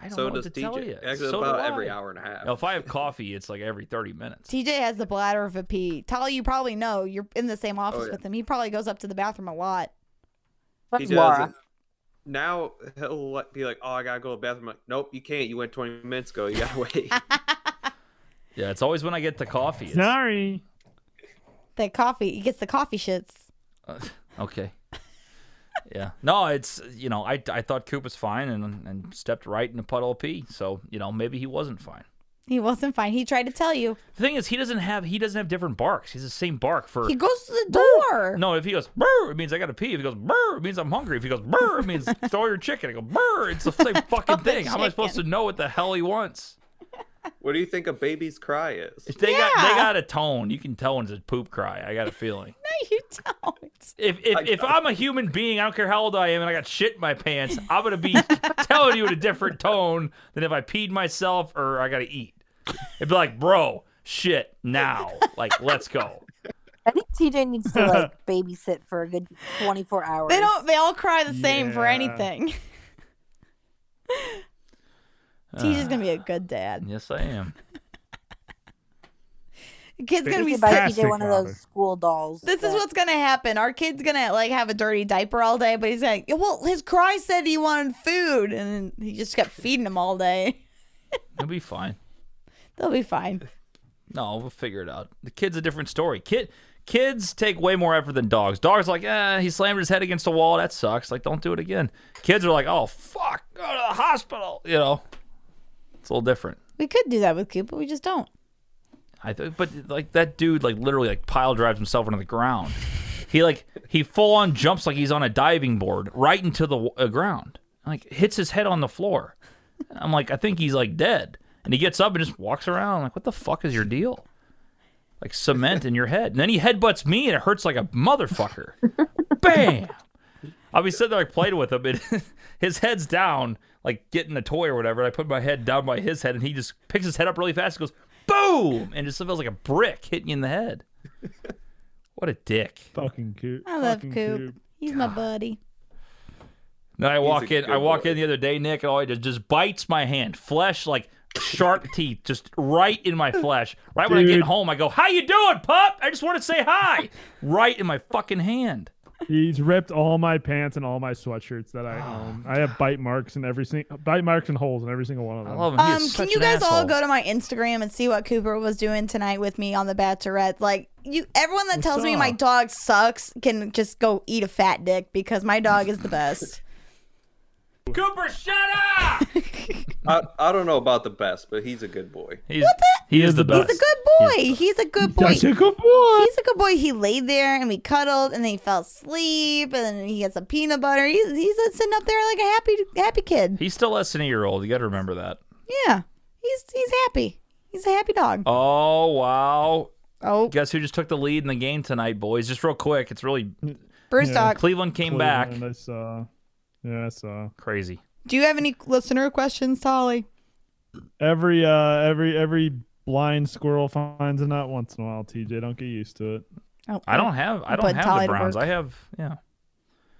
[SPEAKER 2] I don't
[SPEAKER 5] So
[SPEAKER 2] know
[SPEAKER 5] does
[SPEAKER 2] what to tell you.
[SPEAKER 5] TJ. Actually,
[SPEAKER 2] So do
[SPEAKER 5] about every
[SPEAKER 2] I.
[SPEAKER 5] hour and a half.
[SPEAKER 2] Now, if I have coffee, it's like every 30 minutes.
[SPEAKER 1] TJ has the bladder of a pee. Tolly, you probably know. You're in the same office
[SPEAKER 5] Oh, yeah.
[SPEAKER 1] with him. He probably goes up to the bathroom a lot.
[SPEAKER 5] He
[SPEAKER 8] What's
[SPEAKER 5] does
[SPEAKER 8] Laura?
[SPEAKER 5] it. Now he'll let- be like, "Oh, I gotta go to the bathroom." I'm like, nope, you can't. You went 20 minutes ago. You gotta
[SPEAKER 2] <laughs>
[SPEAKER 5] wait. <laughs>
[SPEAKER 2] Yeah, it's always when I get the coffee. It's-
[SPEAKER 4] Sorry.
[SPEAKER 1] The coffee. He gets the coffee shits.
[SPEAKER 2] Uh, <laughs> okay. Yeah. No, it's you know I, I thought Coop was fine and and stepped right in a puddle of pee. So you know maybe he wasn't fine.
[SPEAKER 1] He wasn't fine. He tried to tell you.
[SPEAKER 2] The thing is he doesn't have he doesn't have different barks. He's the same bark for.
[SPEAKER 1] He goes to the door.
[SPEAKER 2] no, if he goes brr, it means I got to pee. If he goes brr, it means I'm hungry. If he goes brr, it means <laughs> throw your chicken. I go brr. It's
[SPEAKER 1] <laughs>
[SPEAKER 2] the same fucking thing. How am I supposed to know what the hell he wants?
[SPEAKER 5] what do you think a baby's cry is?
[SPEAKER 2] They got they
[SPEAKER 1] Yeah.
[SPEAKER 2] got a tone. You can tell when it's a poop cry. I got a feeling.
[SPEAKER 1] No, <laughs> you don't.
[SPEAKER 2] If if, if I'm a human being, I don't care how old I am, and I got shit in my pants, I'm gonna be telling you in a different tone than if I peed myself or I gotta eat. It'd be like, bro, shit now, like let's go.
[SPEAKER 3] I think TJ
[SPEAKER 4] <laughs>
[SPEAKER 3] needs to like babysit for a good 24 hours.
[SPEAKER 1] They don't. They all cry the same for
[SPEAKER 4] Yeah.
[SPEAKER 5] <sighs>
[SPEAKER 1] anything. <laughs> TJ's gonna be a good dad.
[SPEAKER 2] Yes, I am.
[SPEAKER 1] Kid's gonna be
[SPEAKER 3] You
[SPEAKER 4] He's
[SPEAKER 3] buy
[SPEAKER 1] sick.
[SPEAKER 4] Fantastic
[SPEAKER 3] TJ E one of
[SPEAKER 4] father.
[SPEAKER 3] those school dolls.
[SPEAKER 1] This is
[SPEAKER 3] that-
[SPEAKER 1] what's gonna happen. Our kid's gonna like have a dirty diaper all day, but he's like, well, his cry said he wanted food, and he just kept feeding him all day.
[SPEAKER 2] It'll be fine.
[SPEAKER 1] They'll be fine.
[SPEAKER 2] No, we'll figure it out. The kid's a different story. Kid kids take way more effort than dogs. Dogs are like, eh, he slammed his head against the wall. That sucks. Like, don't do it again. Kids are like, oh fuck, go to the hospital. You know, it's a little different.
[SPEAKER 1] We could do that with Coop, but we just don't.
[SPEAKER 2] I th- but like that dude like literally like pile drives himself into the ground. He like he full on jumps like he's on a diving board right into the w- uh, ground. Like hits his head on the floor. I'm like I think he's like dead. And he gets up and just walks around like what the fuck is your deal? Like cement in your head. And then he headbutts me and it hurts like a motherfucker. Bam. I'll be sitting there like playing with him and <laughs> his head's down like getting a toy or whatever. And I put my head down by his head and he just picks his head up really fast and goes boom and just feels like a brick hitting you in the head. What a dick.
[SPEAKER 4] Fucking Coop.
[SPEAKER 1] I love
[SPEAKER 4] Fucking
[SPEAKER 1] Coop. He's <sighs> my buddy.
[SPEAKER 2] No, I walk
[SPEAKER 5] a
[SPEAKER 2] in. I
[SPEAKER 5] good
[SPEAKER 2] walk
[SPEAKER 5] boy.
[SPEAKER 2] in the other day, Nick, and all he does just bites my hand, flesh like sharp teeth, just right in my flesh. Right when I get
[SPEAKER 4] Dude.
[SPEAKER 2] home, I go, "How you doing, pup? I just want to say hi." right in my fucking hand.
[SPEAKER 4] He's ripped all my pants and all my sweatshirts that I
[SPEAKER 2] Ah,
[SPEAKER 4] own. I have bite marks in every single bite marks and holes in every single one of
[SPEAKER 2] I
[SPEAKER 4] them.
[SPEAKER 2] love him. He is
[SPEAKER 1] Um,
[SPEAKER 2] Oh, such
[SPEAKER 1] can you
[SPEAKER 2] an
[SPEAKER 1] guys all
[SPEAKER 2] asshole.
[SPEAKER 1] go to my Instagram and see what Cooper was doing tonight with me on the Bachelorette? Like you, everyone that
[SPEAKER 4] What's
[SPEAKER 1] tells me my
[SPEAKER 4] up?
[SPEAKER 1] dog sucks can just go eat a fat dick because my dog is the best.
[SPEAKER 2] Cooper, shut up!
[SPEAKER 5] I, I don't know about the best, but he's a good boy.
[SPEAKER 2] He's, he is the best.
[SPEAKER 1] He's a good boy. He's a
[SPEAKER 4] <laughs>
[SPEAKER 1] good boy.
[SPEAKER 4] That's a good boy.
[SPEAKER 1] He's a good boy. He laid there and we cuddled and then he fell asleep and then he had some peanut butter. He's he's sitting up there like a happy happy kid.
[SPEAKER 2] He's still less than a year old. You got to remember that.
[SPEAKER 1] Yeah. He's he's happy. He's a happy dog.
[SPEAKER 2] Oh wow!
[SPEAKER 1] Oh,
[SPEAKER 2] Guess who just took the lead in the game tonight, boys? Just real quick, it's really
[SPEAKER 1] Bruce
[SPEAKER 4] yeah.
[SPEAKER 1] Dog.
[SPEAKER 2] Cleveland came back.
[SPEAKER 4] I saw. Yeah, I saw.
[SPEAKER 2] Crazy.
[SPEAKER 1] Do you have any listener questions, Tolly?
[SPEAKER 4] Every uh every every blind squirrel finds a nut once in a while, TJ. Don't get used to it.
[SPEAKER 1] Oh,
[SPEAKER 2] I don't have. I don't
[SPEAKER 1] Put
[SPEAKER 2] have
[SPEAKER 1] Tolly
[SPEAKER 2] the
[SPEAKER 1] to
[SPEAKER 2] Browns.
[SPEAKER 1] work.
[SPEAKER 2] I have. Yeah,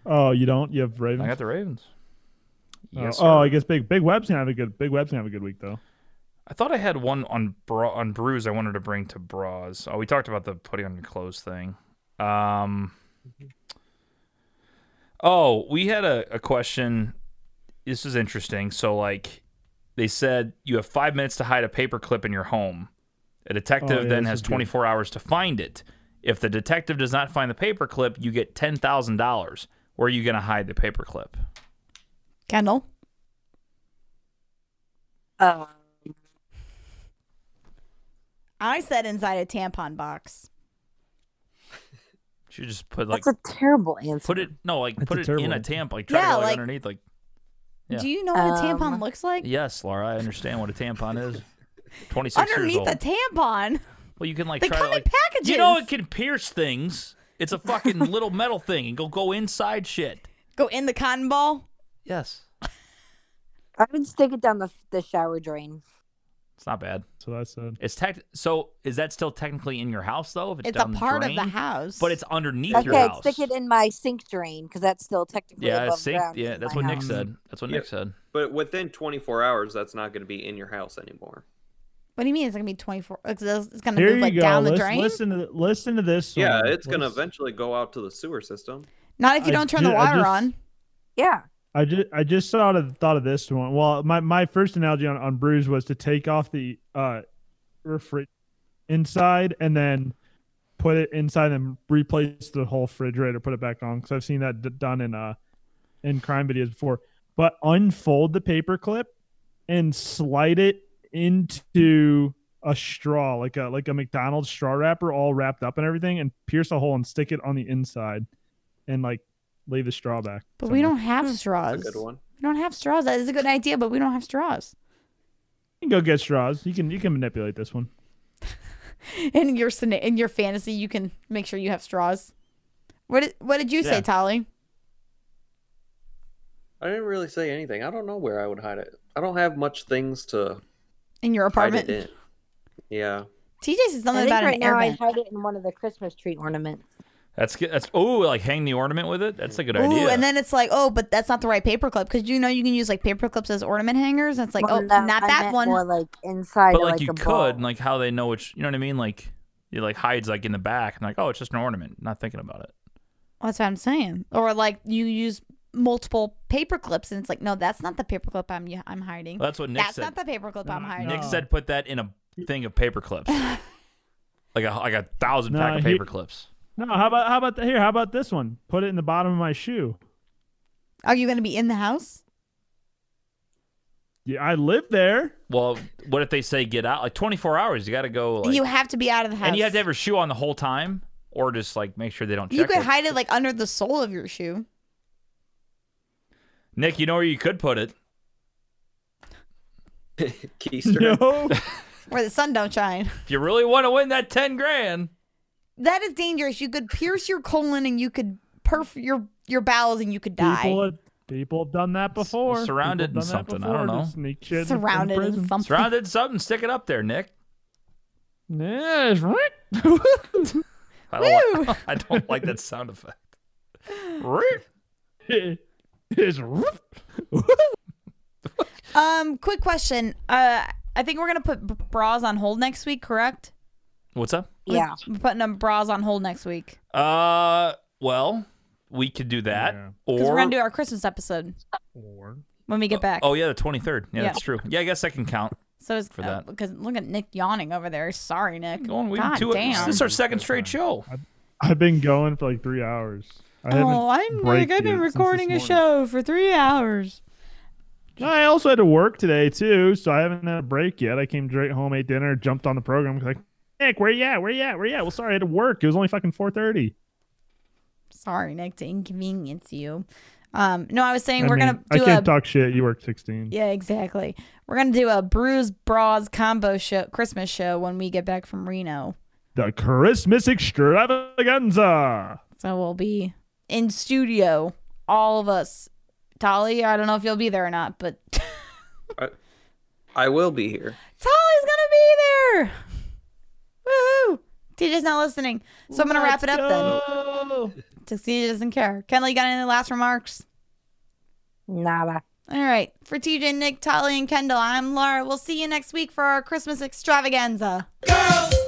[SPEAKER 4] Oh, you don't? You have Ravens?
[SPEAKER 2] I got the Ravens.
[SPEAKER 4] oh,
[SPEAKER 2] Yes.
[SPEAKER 4] oh,
[SPEAKER 2] sir.
[SPEAKER 4] I guess Big Big Web's gonna have a good Big Web's gonna have a good week though.
[SPEAKER 2] I thought I had one on bra on brews I wanted to bring to bras. Oh, we talked about the putting on your clothes thing. Um. Oh, we had a, a question. This is interesting. So, like, they said you have five minutes to hide a paperclip in your home. A detective
[SPEAKER 4] Oh, yeah,
[SPEAKER 2] then
[SPEAKER 4] this
[SPEAKER 2] has
[SPEAKER 4] is good.
[SPEAKER 2] 24 hours to find it. If the detective does not find the paperclip, you get $10,000. Where are you going to hide the paperclip?
[SPEAKER 1] Kendall.
[SPEAKER 3] Uh,
[SPEAKER 1] I said inside a tampon box.
[SPEAKER 2] Should just put like
[SPEAKER 3] that's a terrible answer.
[SPEAKER 2] put it no like
[SPEAKER 4] That's
[SPEAKER 2] put
[SPEAKER 4] a
[SPEAKER 2] it
[SPEAKER 4] terrible
[SPEAKER 2] in a
[SPEAKER 4] idea.
[SPEAKER 2] tamp like try
[SPEAKER 1] Yeah,
[SPEAKER 2] to like,
[SPEAKER 1] like-
[SPEAKER 2] underneath like Yeah.
[SPEAKER 1] Do you know what a tampon
[SPEAKER 3] Um,
[SPEAKER 1] looks like?
[SPEAKER 2] Yes, Laura, I understand what a tampon is. Twenty six years
[SPEAKER 1] Underneath
[SPEAKER 2] old.
[SPEAKER 1] a tampon.
[SPEAKER 2] well, you can like
[SPEAKER 1] They
[SPEAKER 2] try
[SPEAKER 1] come
[SPEAKER 2] to,
[SPEAKER 1] in
[SPEAKER 2] like
[SPEAKER 1] packages.
[SPEAKER 2] you know it can pierce things. It's a fucking little metal thing and go go inside shit.
[SPEAKER 1] Go in the cotton ball.
[SPEAKER 2] Yes.
[SPEAKER 3] I would stick it down the the shower drain.
[SPEAKER 2] It's not bad.
[SPEAKER 4] So that's a,
[SPEAKER 2] It's tech. So is that still technically in your house though? If it's,
[SPEAKER 1] It's a
[SPEAKER 2] down the
[SPEAKER 1] part of the
[SPEAKER 2] drain?
[SPEAKER 1] house.
[SPEAKER 2] but it's underneath your
[SPEAKER 3] Okay,
[SPEAKER 2] house.
[SPEAKER 3] stick it in my sink drain because that's still technically
[SPEAKER 2] yeah,
[SPEAKER 3] above
[SPEAKER 2] sink.
[SPEAKER 3] ground
[SPEAKER 2] Yeah,
[SPEAKER 3] in
[SPEAKER 2] that's
[SPEAKER 3] my
[SPEAKER 2] what Nick
[SPEAKER 3] house.
[SPEAKER 2] said. That's what
[SPEAKER 5] Yeah.
[SPEAKER 2] Nick said.
[SPEAKER 5] But within 24 hours, that's not going to be in your house anymore.
[SPEAKER 1] What do you mean it's gonna be 24? It's it's gonna
[SPEAKER 4] here
[SPEAKER 1] move
[SPEAKER 4] you
[SPEAKER 1] like
[SPEAKER 4] go.
[SPEAKER 1] down the
[SPEAKER 4] Lis-
[SPEAKER 1] drain.
[SPEAKER 4] Listen to th- listen to this.
[SPEAKER 5] yeah,
[SPEAKER 4] one.
[SPEAKER 5] it's going to
[SPEAKER 4] Lis-
[SPEAKER 5] eventually go out to the sewer system.
[SPEAKER 1] Not if you
[SPEAKER 4] I
[SPEAKER 1] don't turn
[SPEAKER 4] ju-
[SPEAKER 1] the
[SPEAKER 4] I
[SPEAKER 1] water
[SPEAKER 4] just-
[SPEAKER 1] on.
[SPEAKER 3] Yeah.
[SPEAKER 4] I just I just thought of thought of this one. Well, my, my first analogy on, on brews was to take off the uh refri- inside and then put it inside and replace the whole refrigerator, put it back on. Because I've seen that d- done in uh in crime videos before. But unfold the paper clip and slide it into a straw, like a like a McDonald's straw wrapper, all wrapped up and everything, and pierce a hole and stick it on the inside, and like leave the straw back.
[SPEAKER 1] But we
[SPEAKER 4] somewhere.
[SPEAKER 1] don't have
[SPEAKER 5] That's
[SPEAKER 1] straws.
[SPEAKER 5] a good one.
[SPEAKER 1] We don't have straws. That is a good idea, but we don't have straws.
[SPEAKER 4] You can go get straws. You can you can manipulate this one.
[SPEAKER 1] <laughs> In your scena- in your fantasy, you can make sure you have straws. What did, what did you
[SPEAKER 2] Yeah.
[SPEAKER 1] say, Tolly?
[SPEAKER 5] I didn't really say anything. I don't know where I would hide it. I don't have much things to
[SPEAKER 1] In your apartment?
[SPEAKER 5] hide it in. Yeah.
[SPEAKER 1] TJ said
[SPEAKER 3] I
[SPEAKER 1] something
[SPEAKER 3] think
[SPEAKER 1] about
[SPEAKER 3] right
[SPEAKER 1] an
[SPEAKER 3] now
[SPEAKER 1] air
[SPEAKER 3] I
[SPEAKER 1] vent.
[SPEAKER 3] hide it in one of the Christmas tree ornaments.
[SPEAKER 2] That's good. That's oh, like hang the ornament with it. That's a good
[SPEAKER 1] Ooh,
[SPEAKER 2] idea.
[SPEAKER 1] and then it's like, oh, but that's not the right paper clip because you know you can use like paper clips as ornament hangers. And it's like,
[SPEAKER 3] Well,
[SPEAKER 1] oh,
[SPEAKER 3] no,
[SPEAKER 1] not
[SPEAKER 3] I
[SPEAKER 1] that
[SPEAKER 3] meant
[SPEAKER 1] one.
[SPEAKER 3] More like inside.
[SPEAKER 2] but
[SPEAKER 3] of,
[SPEAKER 2] like,
[SPEAKER 3] like
[SPEAKER 2] you
[SPEAKER 3] a
[SPEAKER 2] could,
[SPEAKER 3] ball.
[SPEAKER 2] and, like how they know which. You know what I mean? Like it like hides like in the back. and like oh, it's just an ornament. Not thinking about it.
[SPEAKER 1] That's what I'm saying. Or like you use multiple paper clips and it's like, no, that's not the paper clip I'm I'm hiding.
[SPEAKER 2] Well, that's what Nick
[SPEAKER 1] that's
[SPEAKER 2] said.
[SPEAKER 1] not the paper clip
[SPEAKER 3] Mm-hmm.
[SPEAKER 1] I'm
[SPEAKER 4] No,
[SPEAKER 1] hiding.
[SPEAKER 2] Nick
[SPEAKER 4] No.
[SPEAKER 2] said put that in a thing of
[SPEAKER 1] <laughs>
[SPEAKER 2] paper clips. like a like a thousand
[SPEAKER 4] No,
[SPEAKER 2] pack of
[SPEAKER 4] he-
[SPEAKER 2] paper clips.
[SPEAKER 4] No, how about how about the, here? How about this one? Put it in the bottom of my shoe.
[SPEAKER 1] Are you gonna be in the house?
[SPEAKER 4] Yeah, I live there. <laughs>
[SPEAKER 2] Well, what if they say get out? Like 24 hours, you got to go. Like,
[SPEAKER 1] you have to be out of the house.
[SPEAKER 2] and you have to have your shoe on the whole time, or just like make sure they don't. Check
[SPEAKER 1] You could
[SPEAKER 2] it.
[SPEAKER 1] hide it like under the sole of your shoe.
[SPEAKER 2] Nick, you know where you could put it.
[SPEAKER 1] <laughs>
[SPEAKER 5] Keister.
[SPEAKER 4] No,
[SPEAKER 1] Where the sun don't shine. <laughs>
[SPEAKER 2] If you really want to win that 10 grand,
[SPEAKER 1] That is dangerous. You could pierce your colon and you could perf your your bowels and you could
[SPEAKER 4] people
[SPEAKER 1] die.
[SPEAKER 4] have, people have done that before.
[SPEAKER 2] surrounded
[SPEAKER 4] People have
[SPEAKER 2] in
[SPEAKER 4] done that
[SPEAKER 2] something. I don't
[SPEAKER 4] before to
[SPEAKER 2] know.
[SPEAKER 4] Sneak shit in- in
[SPEAKER 1] Surrounded in
[SPEAKER 4] prison.
[SPEAKER 1] something. <laughs>
[SPEAKER 2] surrounded something, stick it up there, Nick.
[SPEAKER 4] Yeah, it's right. <laughs>
[SPEAKER 2] I don't,
[SPEAKER 1] Woo!
[SPEAKER 2] like, <laughs> I don't like that
[SPEAKER 1] <laughs>
[SPEAKER 2] sound effect.
[SPEAKER 4] It's right.
[SPEAKER 1] Um, quick question. Uh, I think we're gonna put b- bras on hold next week. Correct?
[SPEAKER 2] What's up?
[SPEAKER 3] Yeah.
[SPEAKER 1] We're putting um, bras on hold next week
[SPEAKER 2] Uh, well, we could do that,
[SPEAKER 4] Yeah.
[SPEAKER 1] because
[SPEAKER 2] or
[SPEAKER 1] we're gonna do our Christmas episode when we get back.
[SPEAKER 2] oh yeah, the 23rd. Yeah,
[SPEAKER 1] Yeah.
[SPEAKER 2] that's true. Yeah, I guess I can count.
[SPEAKER 1] so it's
[SPEAKER 2] for that.
[SPEAKER 1] because look at Nick yawning over there. Sorry, Nick.
[SPEAKER 2] Going, we
[SPEAKER 1] God
[SPEAKER 2] two.
[SPEAKER 1] damn.
[SPEAKER 2] This is our second straight show.
[SPEAKER 4] I've been going for like three hours. I haven't
[SPEAKER 1] oh, I'm like
[SPEAKER 4] braked
[SPEAKER 1] I've been
[SPEAKER 4] yet since this
[SPEAKER 1] recording a
[SPEAKER 4] morning.
[SPEAKER 1] show for three hours.
[SPEAKER 4] I also had to work today too, so I haven't had a break yet. I came straight home, ate dinner, jumped on the program. Like, Nick, where you at? Where you at? Where you at? Well, sorry, I had to work. It was only fucking four thirty.
[SPEAKER 1] Sorry, Nick, to inconvenience you. Um, no, I was saying
[SPEAKER 4] I
[SPEAKER 1] we're
[SPEAKER 4] mean,
[SPEAKER 1] gonna
[SPEAKER 4] I
[SPEAKER 1] do
[SPEAKER 4] can't
[SPEAKER 1] a
[SPEAKER 4] talk shit. You work sixteen.
[SPEAKER 1] yeah, exactly. We're gonna do a bruise bras combo show Christmas show when we get back from Reno.
[SPEAKER 4] The Christmas extravaganza.
[SPEAKER 1] So we'll be in studio, all of us. Tolly, I don't know if you'll be there or not, but <laughs> Tolly's
[SPEAKER 5] I will be here.
[SPEAKER 1] gonna be there. Woohoo! TJ's not listening, so I'm gonna wrap it up then. Just TJ doesn't care. Kenley, got any last remarks?
[SPEAKER 3] Nada.
[SPEAKER 1] All right, for TJ, Nick, Tolly, and Kendall, I'm Laura. We'll see you next week for our Christmas extravaganza.
[SPEAKER 7] Girls,